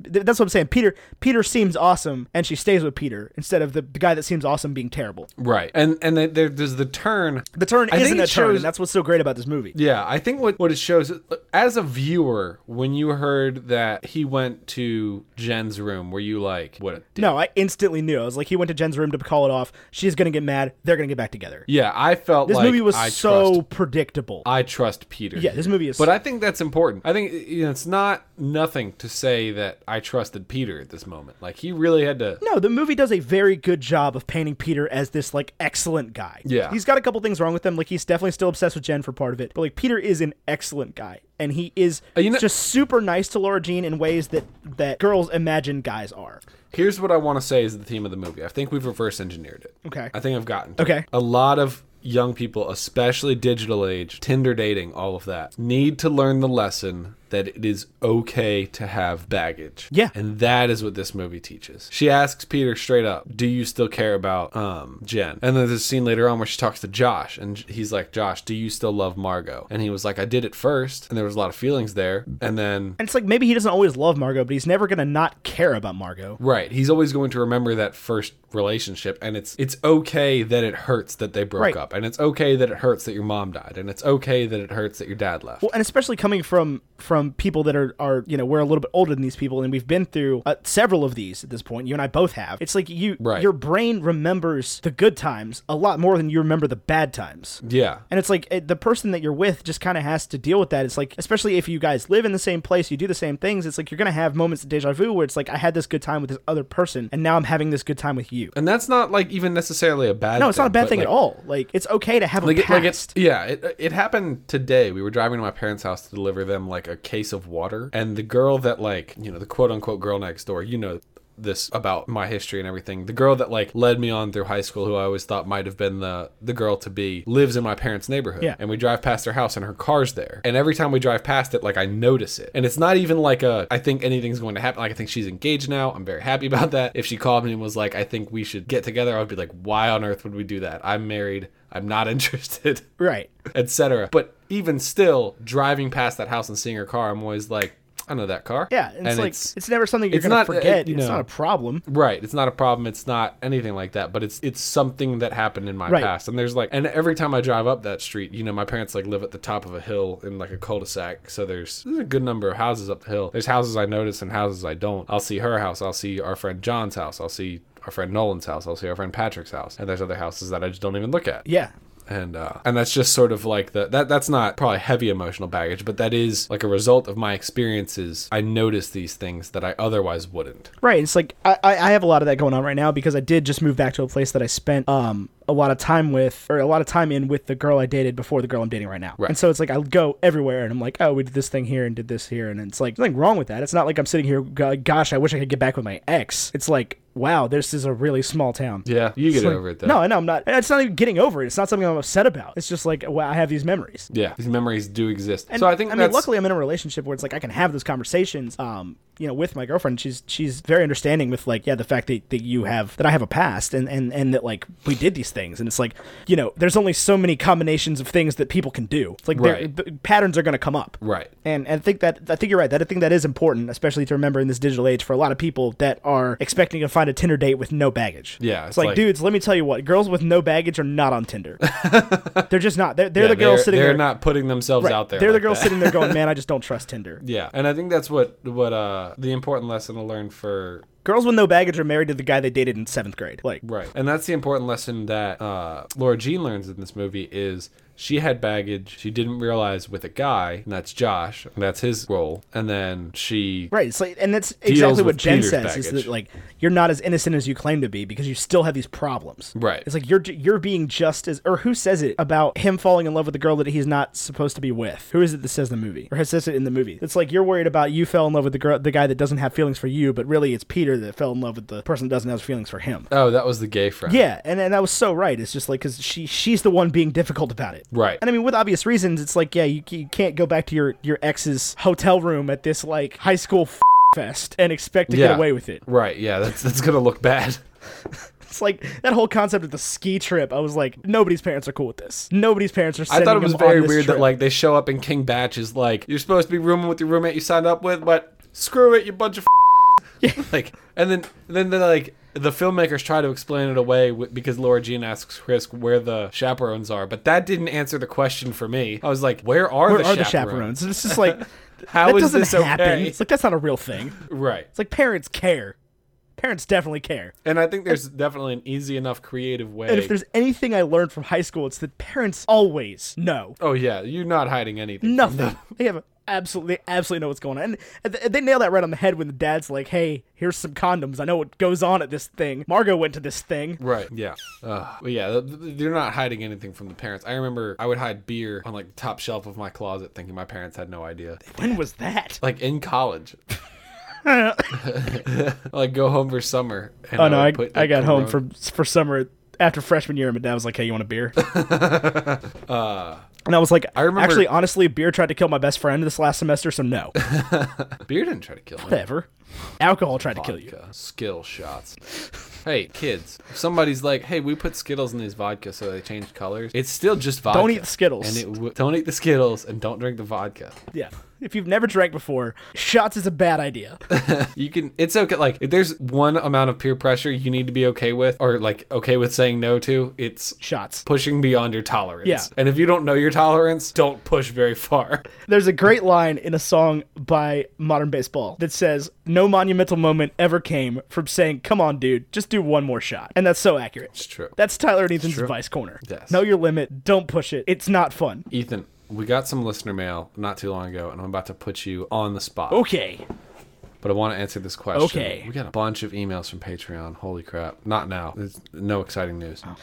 B: th- That's what I'm saying. Peter Peter seems awesome, and she stays with Peter instead of the, the guy that seems awesome being terrible.
A: Right, and and then there, there's the turn.
B: The turn
A: I think
B: isn't
A: it
B: a turn.
A: shows-
B: and that's what's so great about this movie.
A: Yeah, I think what, what it shows as a viewer, when you heard that he went to Jen's room, were you like, what a dick?
B: No, I instantly knew. I was like, he went to Jen's room to call it off. She's gonna get mad. They're gonna get back together.
A: Yeah, I felt
B: This
A: like
B: movie was
A: I
B: so
A: trust,
B: predictable.
A: I trust Peter.
B: yeah, this movie is.
A: But I think that's important. I think you know, it's not nothing to say that I trusted Peter at this moment. Like he really had to.
B: no, the movie does a very good job of painting Peter as this like excellent guy.
A: Yeah.
B: he's got a couple things wrong with him. Like he's definitely still obsessed with Jen for part of it. But like Peter is an excellent guy, and he is
A: Uh, you know-
B: just super nice to Laura Jean in ways that that girls imagine guys are.
A: Here's what I want to say is the theme of the movie. I think we've reverse engineered it.
B: Okay.
A: I think I've gotten to
B: Okay.
A: it. A lot of young people, especially digital age, Tinder dating, all of that, need to learn the lesson that it is okay to have baggage.
B: Yeah.
A: And that is what this movie teaches. She asks Peter straight up, "Do you still care about um Jen?" And then there's a scene later on where she talks to Josh and he's like, "Josh, do you still love Margot?" And he was like, "I did at first, and there was a lot of feelings there." And then
B: And it's like maybe he doesn't always love Margot, but he's never gonna not care about Margot.
A: Right. He's always going to remember that first relationship and it's it's okay that it hurts that they broke
B: Right.
A: up and it's okay that it hurts that your mom died and it's okay that it hurts that your dad left.
B: Well, and especially coming from from from people that are are you know we're a little bit older than these people, and we've been through uh, several of these at this point. You and I both have. It's like you
A: Right.
B: your brain remembers the good times a lot more than you remember the bad times.
A: Yeah.
B: And it's like it, the person that you're with just kind of has to deal with that. It's like, especially if you guys live in the same place, you do the same things, it's like you're going to have moments of deja vu where it's like, I had this good time with this other person, and now I'm having this good time with you.
A: And that's not like even necessarily a bad
B: No, it's not a bad
A: but,
B: thing
A: like,
B: at all. Like, it's okay to have a
A: Like, it,
B: past.
A: like it's yeah, it, it happened today. We were driving to my parents' house to deliver them like a case of water, and the girl that like you know the quote unquote girl next door, you know this about my history and everything. The girl that like led me on through high school, who I always thought might have been the the girl to be, lives in my parents' neighborhood.
B: Yeah.
A: and we drive past her house, and her car's there. And every time we drive past it, like I notice it, and it's not even like a I think anything's going to happen. Like I think she's engaged now. I'm very happy about that. If she called me and was like, I think we should get together, I would be like, Why on earth would we do that? I'm married. I'm not interested
B: right.
A: etc. But even still, driving past that house and seeing her car, I'm always like, I know that car.
B: Yeah. And it's like, it's, never something you're
A: it's
B: going to
A: not, uh,
B: forget.
A: you
B: It's
A: know.
B: not a problem.
A: right. It's not a problem. It's not anything like that. But it's it's something that happened in my
B: Right.
A: past. And there's like, and every time I drive up that street, you know, my parents like live at the top of a hill in like a cul-de-sac. So there's, there's a good number of houses up the hill. There's houses I notice and houses I don't. I'll see her house. I'll see our friend John's house. I'll see our friend Nolan's house. I'll see our friend Patrick's house. And there's other houses that I just don't even look at
B: Yeah.
A: and uh, and that's just sort of like the that that's not probably heavy emotional baggage, but that is like a result of my experiences. I notice these things that I otherwise wouldn't.
B: Right. It's like I, I I have a lot of that going on right now because I did just move back to a place that I spent um a lot of time with or a lot of time in with the girl I dated before the girl I'm dating right now.
A: Right.
B: And so it's like I go everywhere and I'm like, oh, we did this thing here and did this here, and it's like nothing wrong with that. It's not like I'm sitting here, go- gosh, I wish I could get back with my ex. It's like, wow, this is a really small town.
A: Yeah, you get
B: It's like-
A: over it though.
B: No, I know I'm not. It's not even getting over it. It's not something I'm upset about. It's just like, wow, I have these memories.
A: Yeah, these memories do exist.
B: And,
A: so I think
B: I mean,
A: that's
B: luckily, I'm in a relationship where it's like I can have those conversations. Um, you know, with my girlfriend, she's she's very understanding with like, yeah, the fact that, that you have that I have a past and and and that like we did these things, and it's like, you know, there's only so many combinations of things that people can do. It's like they're-
A: Right.
B: b- patterns are going to come up.
A: right.
B: And, and I think that I think you're right. That I think that is important, especially to remember in this digital age for a lot of people that are expecting to find a Tinder date with no baggage.
A: Yeah,
B: it's,
A: it's
B: like,
A: like-
B: dudes, let me tell you what, girls with no baggage are not on Tinder. they're just not. They're, they're
A: Yeah,
B: the girls
A: they're,
B: sitting
A: they're
B: there.
A: not putting themselves out there.
B: They're the
A: like
B: girls
A: that.
B: sitting there going, "Man, I just don't trust Tinder."
A: Yeah, and I think that's what what uh the important lesson to learn for
B: Girls with no baggage are married to the guy they dated in seventh grade. Like,
A: Right. And that's the important lesson that uh, Laura Jean learns in this movie is she had baggage she didn't realize with a guy, and that's Josh, and that's his role. And then she
B: right? It's like, and that's exactly
A: with
B: what Jen
A: Peter's
B: says: is
A: baggage.
B: that like you're not as innocent as you claim to be because you still have these problems.
A: Right.
B: It's like you're ju- you're being just as, or who says it about him falling in love with the girl that he's not supposed to be with? Who is it that says the movie or says it in the movie? It's like you're worried about you fell in love with the girl, the guy that doesn't have feelings for you, but really it's Peter that fell in love with the person that doesn't have feelings for him.
A: Oh, that was the gay friend.
B: Yeah, and, and that was so right. It's just like because she she's the one being difficult about it.
A: Right.
B: And I mean, with obvious reasons, it's like yeah, you, you can't go back to your your ex's hotel room at this like high school f- fest and expect to
A: Yeah.
B: get away with it.
A: Right. Yeah. That's that's gonna look bad.
B: It's like that whole concept of the ski trip. I was like, nobody's parents are cool with this. Nobody's parents are.
A: I
B: Sending
A: thought it was
B: him on
A: very
B: this
A: weird
B: trip.
A: that like they show up and King Batch is like, you're supposed to be rooming with your roommate you signed up with, but screw it, you bunch of. like, and then then they like the filmmakers try to explain it away w- because Laura Jean asks Chris where the chaperones are, but that didn't answer the question for me. I was like, where are,
B: where
A: the,
B: are the
A: chaperones?
B: chaperones? And it's just like
A: How
B: that
A: is
B: doesn't
A: this
B: happen.
A: okay?
B: It's like that's not a real thing.
A: Right.
B: It's like parents care. Parents definitely care.
A: And I think there's definitely an easy enough creative way.
B: And if there's anything I learned from high school, it's that parents always know.
A: oh yeah, you're not hiding anything.
B: Nothing. They have absolutely, absolutely know what's going on. And th- they nail that right on the head when the dad's like, "Hey, here's some condoms. I know what goes on at this thing. Margot went to this thing."
A: Right. Yeah. Uh, but yeah, th- th- they're not hiding anything from the parents. I remember I would hide beer on like the top shelf of my closet, thinking my parents had no idea.
B: When was that?
A: Like in college, like go home for summer. And
B: oh no,
A: would
B: I,
A: put,
B: I
A: like,
B: got home
A: Corona-
B: for for summer after freshman year, and my dad was like, "Hey, you want a beer?" and I was like, "I
A: Uh, remember-
B: Actually, honestly, beer tried to kill my best friend this last semester, so no,
A: beer didn't try to kill me.
B: whatever. Alcohol tried to kill you.
A: Vodka. Skill shots. Hey kids, if somebody's like, "Hey, we put Skittles in these vodka so they change colors." It's still just vodka.
B: eat the Skittles.
A: And it w- don't eat the Skittles and don't drink the vodka.
B: Yeah, if you've never drank before, shots is a bad idea.
A: You can. It's okay. Like if there's one amount of peer pressure you need to be okay with, or like okay with saying no to, it's
B: Shots.
A: pushing beyond your tolerance.
B: Yeah.
A: And if you don't know your tolerance, don't push very far.
B: There's a great line in a song by Modern Baseball that says, No monumental moment ever came from saying, Come on, dude, just do one more shot. And that's so accurate.
A: It's true.
B: That's Tyler and Ethan's advice corner.
A: Yes.
B: Know your limit. Don't push it. It's not fun.
A: Ethan, we got some listener mail not too long ago, and I'm about to put you on the spot.
B: Okay.
A: But I want to answer this question.
B: Okay.
A: We got a bunch of emails from Patreon. Holy crap! Not now. There's no exciting news.
B: Oh.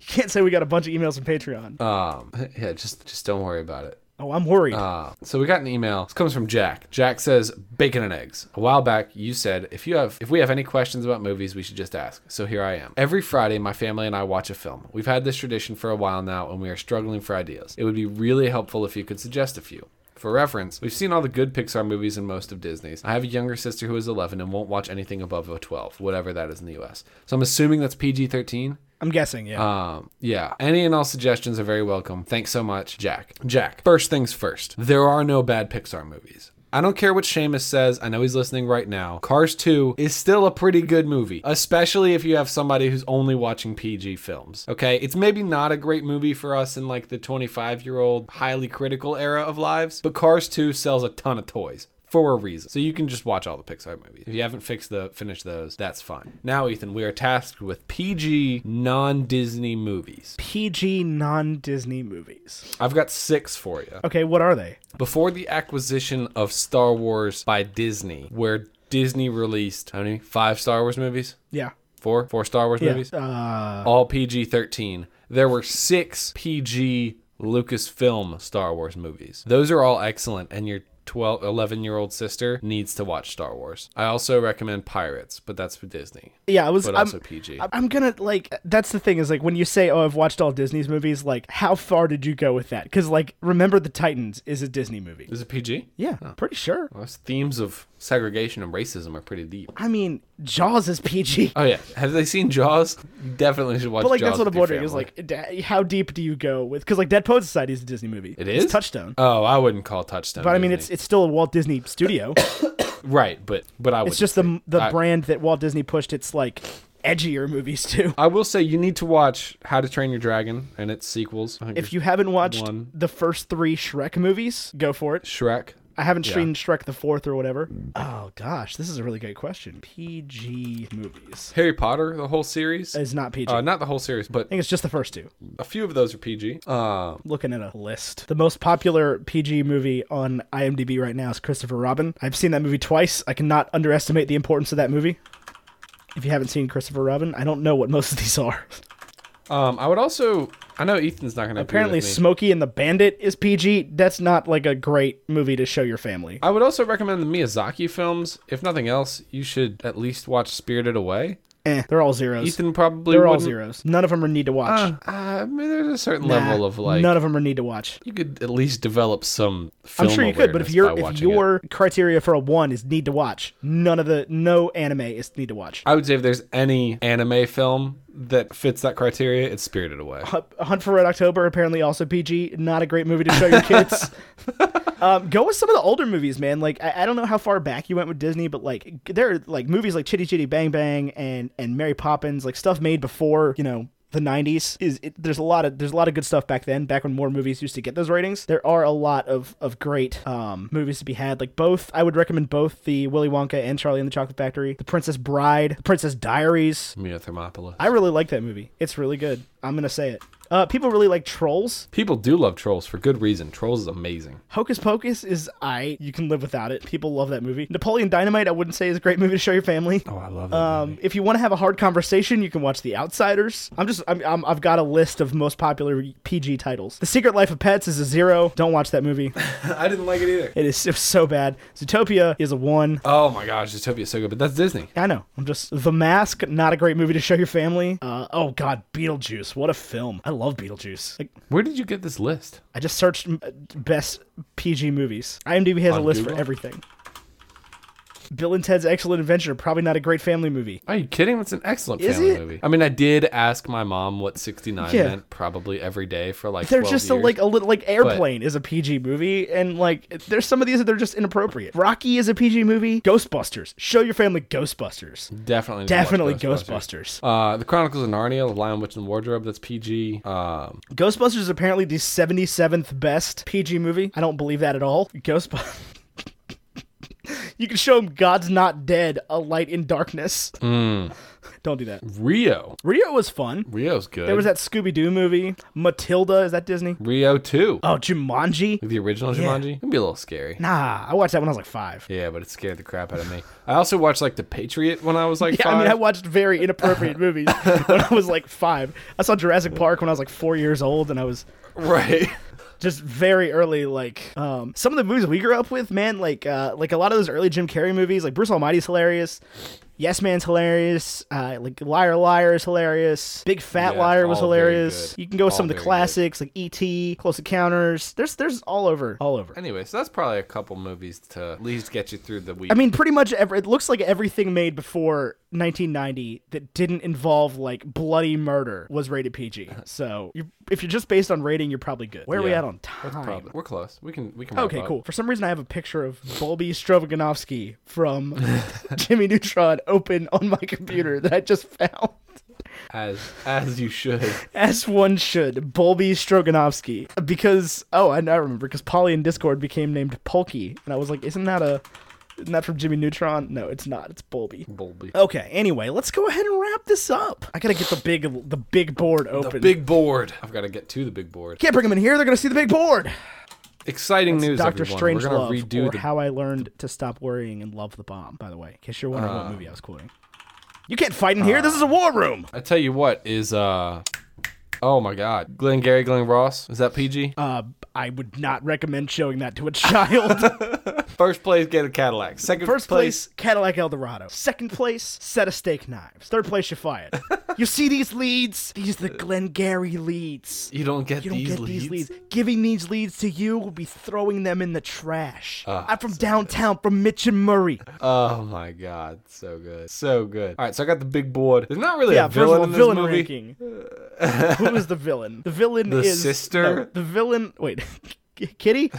B: You can't say we got a bunch of emails from Patreon.
A: Um. Yeah. Just just don't worry about it.
B: oh, I'm worried.
A: Uh, so we got an email. This comes from Jack. Jack says, "Bacon and eggs." A while back, you said if you have if we have any questions about movies, we should just ask. So here I am. Every Friday, my family and I watch a film. We've had this tradition for a while now, and we are struggling for ideas. It would be really helpful if you could suggest a few. For reference, we've seen all the good Pixar movies and most of Disney's. I have a younger sister who is 11 and won't watch anything above a 12, whatever that is in the U.S. So I'm assuming that's PG-13.
B: I'm guessing, yeah.
A: Um, yeah. Any and all suggestions are very welcome. Thanks so much, Jack. Jack, first things first. There are no bad Pixar movies. I don't care what Seamus says. I know he's listening right now. Cars 2 is still a pretty good movie, especially if you have somebody who's only watching PG films. Okay, it's maybe not a great movie for us in like the 25 year old, highly critical era of lives, but Cars 2 sells a ton of toys for a reason. So you can just watch all the Pixar movies. If you haven't fixed the finished those, that's fine. Now, Ethan, we are tasked with PG non-Disney movies.
B: PG non Disney movies.
A: I've got 6 for you.
B: Okay, what are they?
A: Before the acquisition of Star Wars by Disney, where Disney released how many? 5 Star Wars movies?
B: Yeah.
A: 4 4 Star Wars
B: Yeah.
A: movies?
B: Uh,
A: all PG-13. There were 6 PG Lucasfilm Star Wars movies. Those are all excellent and your 12 11 year old sister needs to watch Star Wars. I also recommend Pirates, but that's for Disney.
B: yeah, I was.
A: but
B: I'm-
A: also PG.
B: I- I'm gonna like that's the thing is like when you say oh I've watched all Disney's movies like how far did you go with that because like Remember the Titans is a Disney movie
A: Is it PG?
B: yeah pretty sure
A: Those themes of segregation and racism are pretty deep.
B: I mean Jaws is PG
A: Oh yeah, have they seen Jaws? You definitely should watch.
B: but like
A: Jaws
B: that's what
A: with
B: I'm
A: your
B: wondering is
A: family.
B: like da- how deep do you go with because like Dead Poet Society is a Disney movie
A: it
B: It's
A: is
B: Touchstone
A: Oh, I wouldn't call Touchstone.
B: but I mean it's it's still a Walt Disney studio
A: right, but but I would.
B: it's just the the
A: I-
B: brand that Walt Disney pushed its like edgier movies to
A: I will say you need to watch How to Train Your Dragon and its sequels. I think
B: if you haven't watched
A: One.
B: the first three Shrek movies go for it
A: Shrek,
B: I haven't seen Shrek the Fourth or whatever.
A: Mm.
B: Oh gosh, this is a really great question. PG movies
A: Harry Potter, the whole series.
B: is not PG.
A: Uh,
B: I
A: not the whole series, but
B: think it's just the first two.
A: a few of those are PG. Uh,
B: Looking at a list, the most popular PG movie on IMDb right now is Christopher Robin. I've seen that movie twice. I cannot underestimate the importance of that movie. If you haven't seen Christopher Robin, I don't know what most of these are.
A: um, I would also. I know Ethan's not going to
B: Apparently,
A: With me.
B: Smokey and the Bandit is PG. That's not like a great movie to show your family.
A: I would also recommend the Miyazaki films. If nothing else, you should at least watch Spirited Away.
B: Eh, they're all zeros.
A: Ethan probably
B: they're all
A: wouldn't.
B: zeros. None of them are need to watch.
A: Uh, I mean, there's a certain
B: Nah,
A: level of like
B: none of them are need to watch.
A: you could at least develop some.
B: I'm
A: Film
B: sure you could, but if
A: awareness
B: your
A: by
B: if
A: watching it.
B: your criteria for a one is need to watch, none of the no anime is need to watch.
A: I would say if there's any anime film that fits that criteria, it's Spirited Away.
B: Hu- Hunt for Red October apparently also PG. Not a great movie to show your kids. um, go with some of the older movies, man. Like I, I don't know how far back you went with Disney, but like there are like movies like Chitty Chitty Bang Bang and and Mary Poppins, like stuff made before you know the 90s is it, there's a lot of there's a lot of good stuff back then back when more movies used to get those ratings there are a lot of of great um movies to be had like both i would recommend both the willy wonka and charlie and the chocolate factory the princess bride the princess diaries
A: Mia Thermopolis.
B: I really like that movie. It's really good. I'm gonna say it. Uh, people really like Trolls.
A: People do love Trolls for good reason. Trolls is amazing.
B: Hocus Pocus is I. You can live without it. People love that movie. Napoleon Dynamite. I wouldn't say is a great movie to show your family.
A: Oh, I love that.
B: Um, if you want to have a hard conversation, you can watch The Outsiders. I'm just I'm, I'm I've got a list of most popular PG titles. The Secret Life of Pets is a zero. Don't watch that movie.
A: I didn't like it either.
B: It is it was so bad. Zootopia is a one.
A: Oh my gosh, Zootopia is so good, but that's Disney.
B: I know. I'm just The Mask. Not a great movie to show your family. Uh, oh God, Beetlejuice. What a film. I love Beetlejuice. Like
A: Where did you get this list?
B: I just searched mm, best PG movies. IMDb has
A: On
B: a list for
A: Google?
B: everything. Bill and Ted's Excellent Adventure, probably not a great family movie.
A: Are you kidding? It's an excellent
B: Is
A: family
B: it?
A: movie. I mean, I did ask my mom what 69
B: Yeah.
A: meant probably every day for like
B: They're
A: 12
B: just a,
A: years.
B: like a little like Airplane is a PG movie, and like there's some of these that are just inappropriate. Rocky is a PG movie. Ghostbusters. Show your family Ghostbusters.
A: definitely need to watch
B: Definitely Ghostbusters.
A: Uh, the Chronicles of Narnia, The Lion, Witch, and the Wardrobe. That's PG. Um,
B: Ghostbusters is apparently the 77th best PG movie. I don't believe that at all. Ghostbusters. you can show him God's Not Dead, A Light in Darkness.
A: Hmm.
B: Don't do that.
A: Rio.
B: Rio was fun.
A: Rio's good.
B: There was that Scooby Doo movie. Matilda, is that Disney?
A: Rio 2.
B: Oh, Jumanji?
A: The original Jumanji. It'd be a little scary.
B: Nah, I watched that when I was like five.
A: Yeah, but it scared the crap out of me. I also watched like The Patriot when I was like
B: Yeah,
A: five.
B: I mean, I watched very inappropriate movies when I was like five. I saw Jurassic Park when I was like four years old, and I was
A: right.
B: just very early like um some of the movies we grew up with man like uh like a lot of those early jim carrey movies like bruce almighty's hilarious yes man's hilarious uh like liar liar is hilarious big fat
A: Yeah,
B: liar was
A: all very
B: hilarious
A: good.
B: you can go with
A: All
B: some of the
A: very
B: classics like et close encounters there's there's all over all over
A: Anyway, so that's probably a couple movies to at least get you through the week.
B: I mean, pretty much every, it looks like everything made before 1990 that didn't involve like bloody murder was rated PG. So you, if you're just based on rating, you're probably good. Where are we
A: Yeah,
B: at on time?
A: Probably. We're close. We can we can. wrap
B: Okay,
A: up.
B: cool. For some reason, I have a picture of Bulby Stroganoffsky from Jimmy Neutron open on my computer that I just found.
A: As as you should.
B: As one should, Bulby Stroganoffsky. Because, oh, I now remember, because Polly in Discord became named Polky. And I was like, isn't that a. Isn't that from Jimmy Neutron? No, it's not. It's Bulby.
A: Bulby.
B: Okay, anyway, let's go ahead and wrap this up. I gotta get the big the big board open.
A: Big board. I've got to get to the big board.
B: Can't bring them in here, they're gonna see the big board.
A: Exciting news,
B: Doctor
A: everyone.
B: Strange
A: We're gonna
B: Love,
A: redo
B: or
A: the.
B: How I Learned to Stop Worrying and Love the Bomb. By the way, in case you're wondering
A: Uh,
B: what movie I was quoting. You can't fight in here. this is a war room.
A: I tell you what is uh. Oh my God, Glenn Gary, Glenn Ross. Is that PG?
B: Uh, I would not recommend showing that to a child.
A: First place, get a Cadillac. Second
B: First place, Cadillac Eldorado. Second place, set of steak knives. Third place, you fired. you see these leads? These are the Glengarry leads.
A: you don't get
B: You don't
A: these
B: get
A: leads.
B: these leads. Giving these leads to you will be throwing them in the trash.
A: Ah,
B: I'm from downtown, from Mitch and Murray.
A: Oh my God, so good, so good. All right, so I got the big board. There's not really
B: yeah,
A: a
B: first of
A: villain
B: all,
A: in this
B: villain
A: movie.
B: ranking. Who is the villain? The villain
A: The
B: is
A: sister?
B: no, the villain. Wait, Kitty?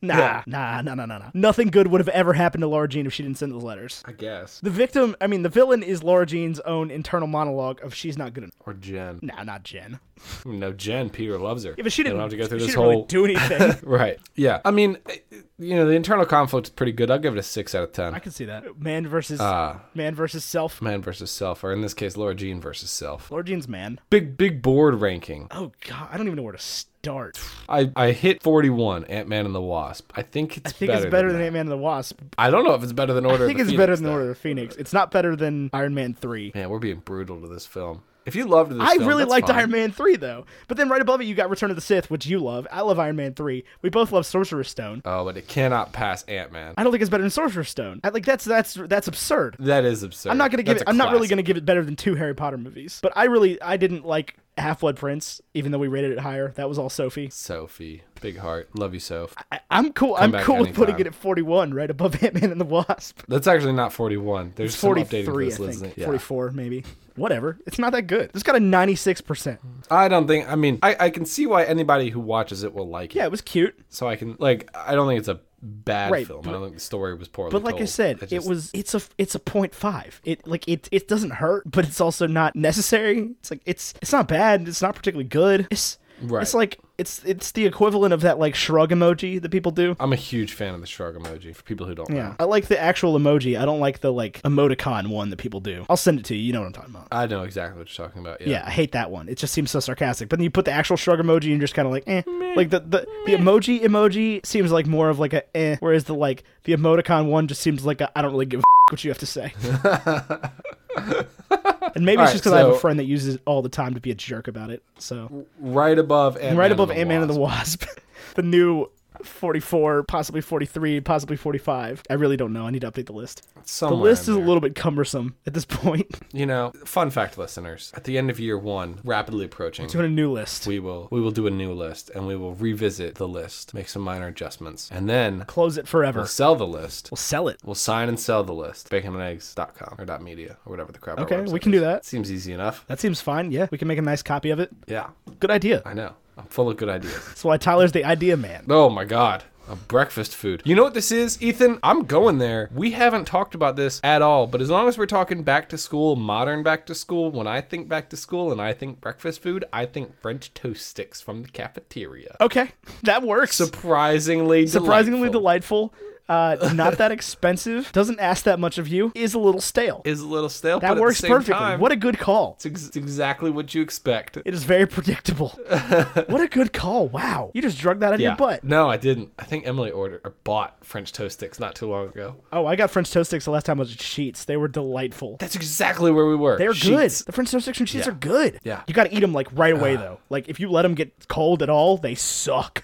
B: Nah, nah, nah, nah, nah, nah. Nothing good would have ever happened to Laura Jean if she didn't send those letters.
A: I guess,
B: The victim, I mean, the villain is Laura Jean's own internal monologue of she's not good enough.
A: or Jen.
B: Nah, not Jen.
A: No, Jen. Peter loves her.
B: Yeah, but she
A: They
B: didn't.
A: don't have to go through
B: she
A: this
B: didn't
A: whole.
B: really do anything.
A: Right. Yeah. I mean, it- you know, the internal conflict is pretty good. I'll give it a six out of ten.
B: I can see that. Man versus
A: Ah.
B: man versus self.
A: Man versus self, or in this case, Laura Jean versus self.
B: Laura Jean's man.
A: Big big board ranking.
B: Oh God, I don't even know where to start.
A: I I hit forty one. Ant Man and the Wasp. I think it's
B: I think
A: better
B: it's better
A: than,
B: than
A: that.
B: Ant Man and the Wasp.
A: I don't know if it's better than Order.
B: I think
A: of
B: it's
A: the
B: better
A: Phoenix,
B: than Order of the Phoenix. It's not better than Iron Man three.
A: though. Man, we're being brutal to this film. If you loved this,
B: I
A: film,
B: really
A: that's
B: liked
A: fine.
B: Iron Man 3, though. But then right above it, you got Return of the Sith, which you love. I love Iron Man 3. We both love Sorcerer's Stone.
A: Oh, but it cannot pass Ant Man.
B: I don't think it's better than Sorcerer's Stone. I, like, that's that's that's absurd.
A: That is absurd.
B: I'm not gonna give it. I'm not really gonna give it better than two Harry Potter movies. But I really, I didn't like Half Blood Prince, even though we rated it higher. That was all Sophie.
A: Sophie, big heart, love you, Soph.
B: I, I'm cool. I'm
A: back
B: cool with putting
A: anytime.
B: it at 41, right above Ant Man and the Wasp.
A: That's actually not forty one. There's some updating to
B: 43, I
A: this list.
B: think.
A: Yeah.
B: 44, maybe. Whatever. It's not that good. It's got a 96%.
A: I don't think. I mean, I, I can see why anybody who watches it will like it.
B: Yeah, it was cute.
A: So I can like. I don't think it's a bad
B: Right,
A: film.
B: but-
A: I don't think the story was poorly.
B: But like I
A: told.
B: said, it
A: just-
B: was it's a it's a point five. It like it it doesn't hurt, but it's also not necessary. It's like it's it's not bad. It's not particularly good. It's
A: Right.
B: it's like it's it's the equivalent of that like shrug emoji that people do.
A: I'm a huge fan of the shrug emoji. For people who don't know,
B: I like the actual emoji. I don't like the like emoticon one that people do. I'll send it to you. You know what I'm talking about.
A: I know exactly what you're talking about. Yeah.
B: Yeah, I hate that one. It just seems so sarcastic. But then you put the actual shrug emoji and you're just kind of like, eh. Like the, the, the emoji emoji seems like more of like a eh, whereas the like the emoticon one just seems like a, I don't really give a f- what you have to say. and maybe it's
A: Alright,
B: just because I have a
A: so-
B: friend that uses it all the time to be a jerk about it. So
A: Right above Ant
B: right above
A: and the
B: Ant Man and the
A: Wasp.
B: Wasp, the new 44, possibly 43, possibly 45. I really don't know. I need to update the list.
A: Somewhere
B: the list is
A: in
B: a
A: there.
B: little bit cumbersome at this point.
A: You know, fun fact, listeners. At the end of year one, rapidly approaching,
B: Doing a new list.
A: we will we will do a new list and we will revisit the list, make some minor adjustments, and then
B: Close it forever.
A: we'll sell the list.
B: We'll sell it.
A: We'll sign and sell the list. Baconandeggs.com or .media or whatever the crap. our
B: Okay, we
A: website
B: can
A: is.
B: do that.
A: Seems easy enough.
B: That seems fine. Yeah, we can make a nice copy of it.
A: Yeah,
B: Good idea.
A: I know. I'm full of good ideas.
B: That's why Tyler's the idea man.
A: Oh my god. A breakfast food. You know what this is, Ethan? I'm going there. We haven't talked about this at all, but as long as we're talking back to school, modern back to school, when I think back to school and I think breakfast food, I think French toast sticks from the cafeteria.
B: Okay, that works.
A: Surprisingly,
B: Surprisingly
A: delightful.
B: delightful. Uh, not that expensive. Doesn't ask that much of you. Is a little stale.
A: is a little stale. but
B: that
A: at the
B: works
A: same
B: perfectly.
A: time,
B: What a good call.
A: it's ex- exactly what you expect.
B: It is very predictable. what a good call. Wow. You just drug that out of your butt.
A: No, I didn't. I think Emily ordered or bought French toast sticks not too long ago.
B: Oh, I got French toast sticks the last time I was at Sheets. They were delightful.
A: That's exactly where we were.
B: They're good.
A: Sheets.
B: The French toast sticks from Sheets
A: Yeah.
B: are good.
A: Yeah. Uh.
B: You got to eat them like right away though. Like if you let them get cold at all, they suck.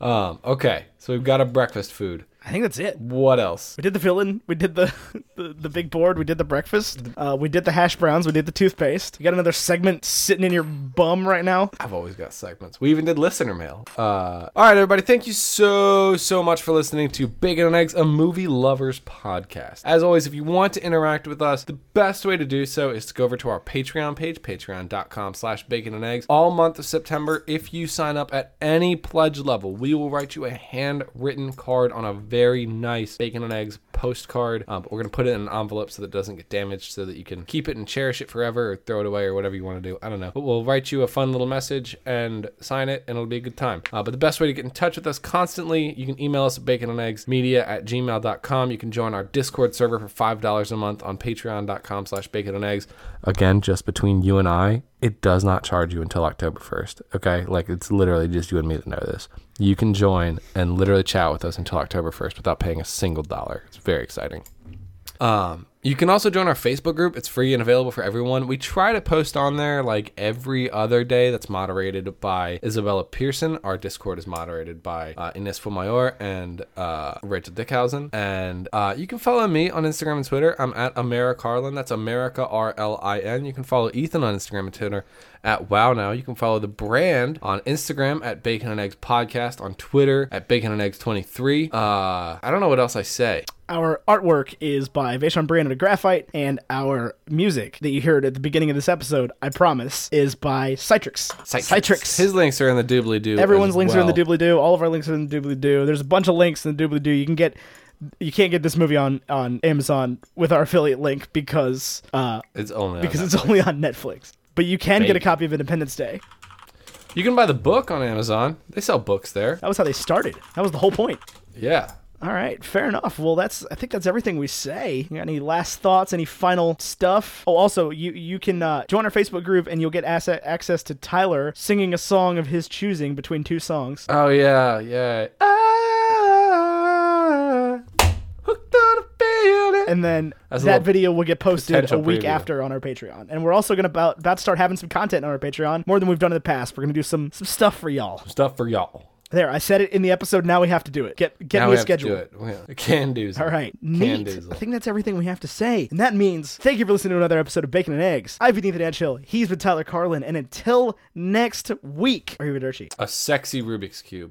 A: Um, okay, so we've got a breakfast food.
B: I think that's it.
A: What else?
B: We did the villain. We did the, the the big board. We did the breakfast. Uh, we did the hash browns. We did the toothpaste. You got another segment sitting in your bum right now.
A: I've always got segments. We even did listener mail. Uh, all right, everybody. Thank you so, so much for listening to Bacon and Eggs, a movie lovers podcast. As always, if you want to interact with us, the best way to do so is to go over to our Patreon page, patreon.com slash bacon and eggs. All month of September, if you sign up at any pledge level, we will write you a handwritten card on a very nice bacon and eggs postcard. Um, but we're going to put it in an envelope so that it doesn't get damaged, so that you can keep it and cherish it forever or throw it away or whatever you want to do. I don't know. But we'll write you a fun little message and sign it, and it'll be a good time. Uh, but the best way to get in touch with us constantly, you can email us at baconandeggsmedia at gmail.com. You can join our Discord server for $5 a month on patreon.com slash bacon and eggs. Again, just between you and I, it does not charge you until October 1st. Okay. Like it's literally just you and me that know this. You can join and literally chat with us until October 1st without paying a single dollar. It's very exciting. Um, you can also join our Facebook group. It's free and available for everyone. We try to post on there like every other day. That's moderated by Isabella Pearson. Our Discord is moderated by uh, Ines Fumayor and uh, Rachel Dickhausen. And uh, you can follow me on Instagram and Twitter. I'm at Amera Carlin. That's America R L I N. You can follow Ethan on Instagram and Twitter at Wow Now. You can follow the brand on Instagram at Bacon and Eggs Podcast, on Twitter at Bacon and Eggs 23. Uh, I don't know what else I say.
B: Our artwork is by Vaishon Brianna Graphite, and our music that you heard at the beginning of this episode, I promise, is by Citrix.
A: His links are in the doobly doo.
B: Everyone's links are in the doobly doo. All of our links are in the doobly doo. There's a bunch of links in the doobly doo. You can get. You can't get this movie on on Amazon with our affiliate link because uh,
A: It's only
B: because
A: on
B: it's only on Netflix. But you can get a
A: Maybe.
B: copy of Independence Day.
A: that. You can buy the book on Amazon. They sell books there.
B: That was how they started. That was the whole point.
A: Yeah.
B: All right, fair enough. Well, that's I think that's everything we say. You got any last thoughts? Any final stuff? Oh, also, you you can uh, join our Facebook group and you'll get asset access to Tyler singing a song of his choosing between two songs.
A: Oh yeah, yeah. Ah, hooked on a feeling.
B: and then
A: That's a
B: that
A: little
B: video will get posted a
A: potential
B: week
A: preview.
B: after on our Patreon. And we're also gonna about about to start having some content on our Patreon, more than we've done in the past. We're gonna do some some stuff for y'all.
A: Stuff for y'all.
B: There, I said it in the episode. Now we have to do it. Get get
A: Now
B: me
A: we
B: a
A: have to do
B: schedule.
A: it. We- Can do.
B: All right,
A: Can
B: neat.
A: do.
B: I think that's everything we have to say, and that means thank you for listening to another episode of Bacon and Eggs. I've been Ethan Edgehill. He's been Tyler Carlin, and until next week, are you Adachi?
A: A sexy Rubik's cube.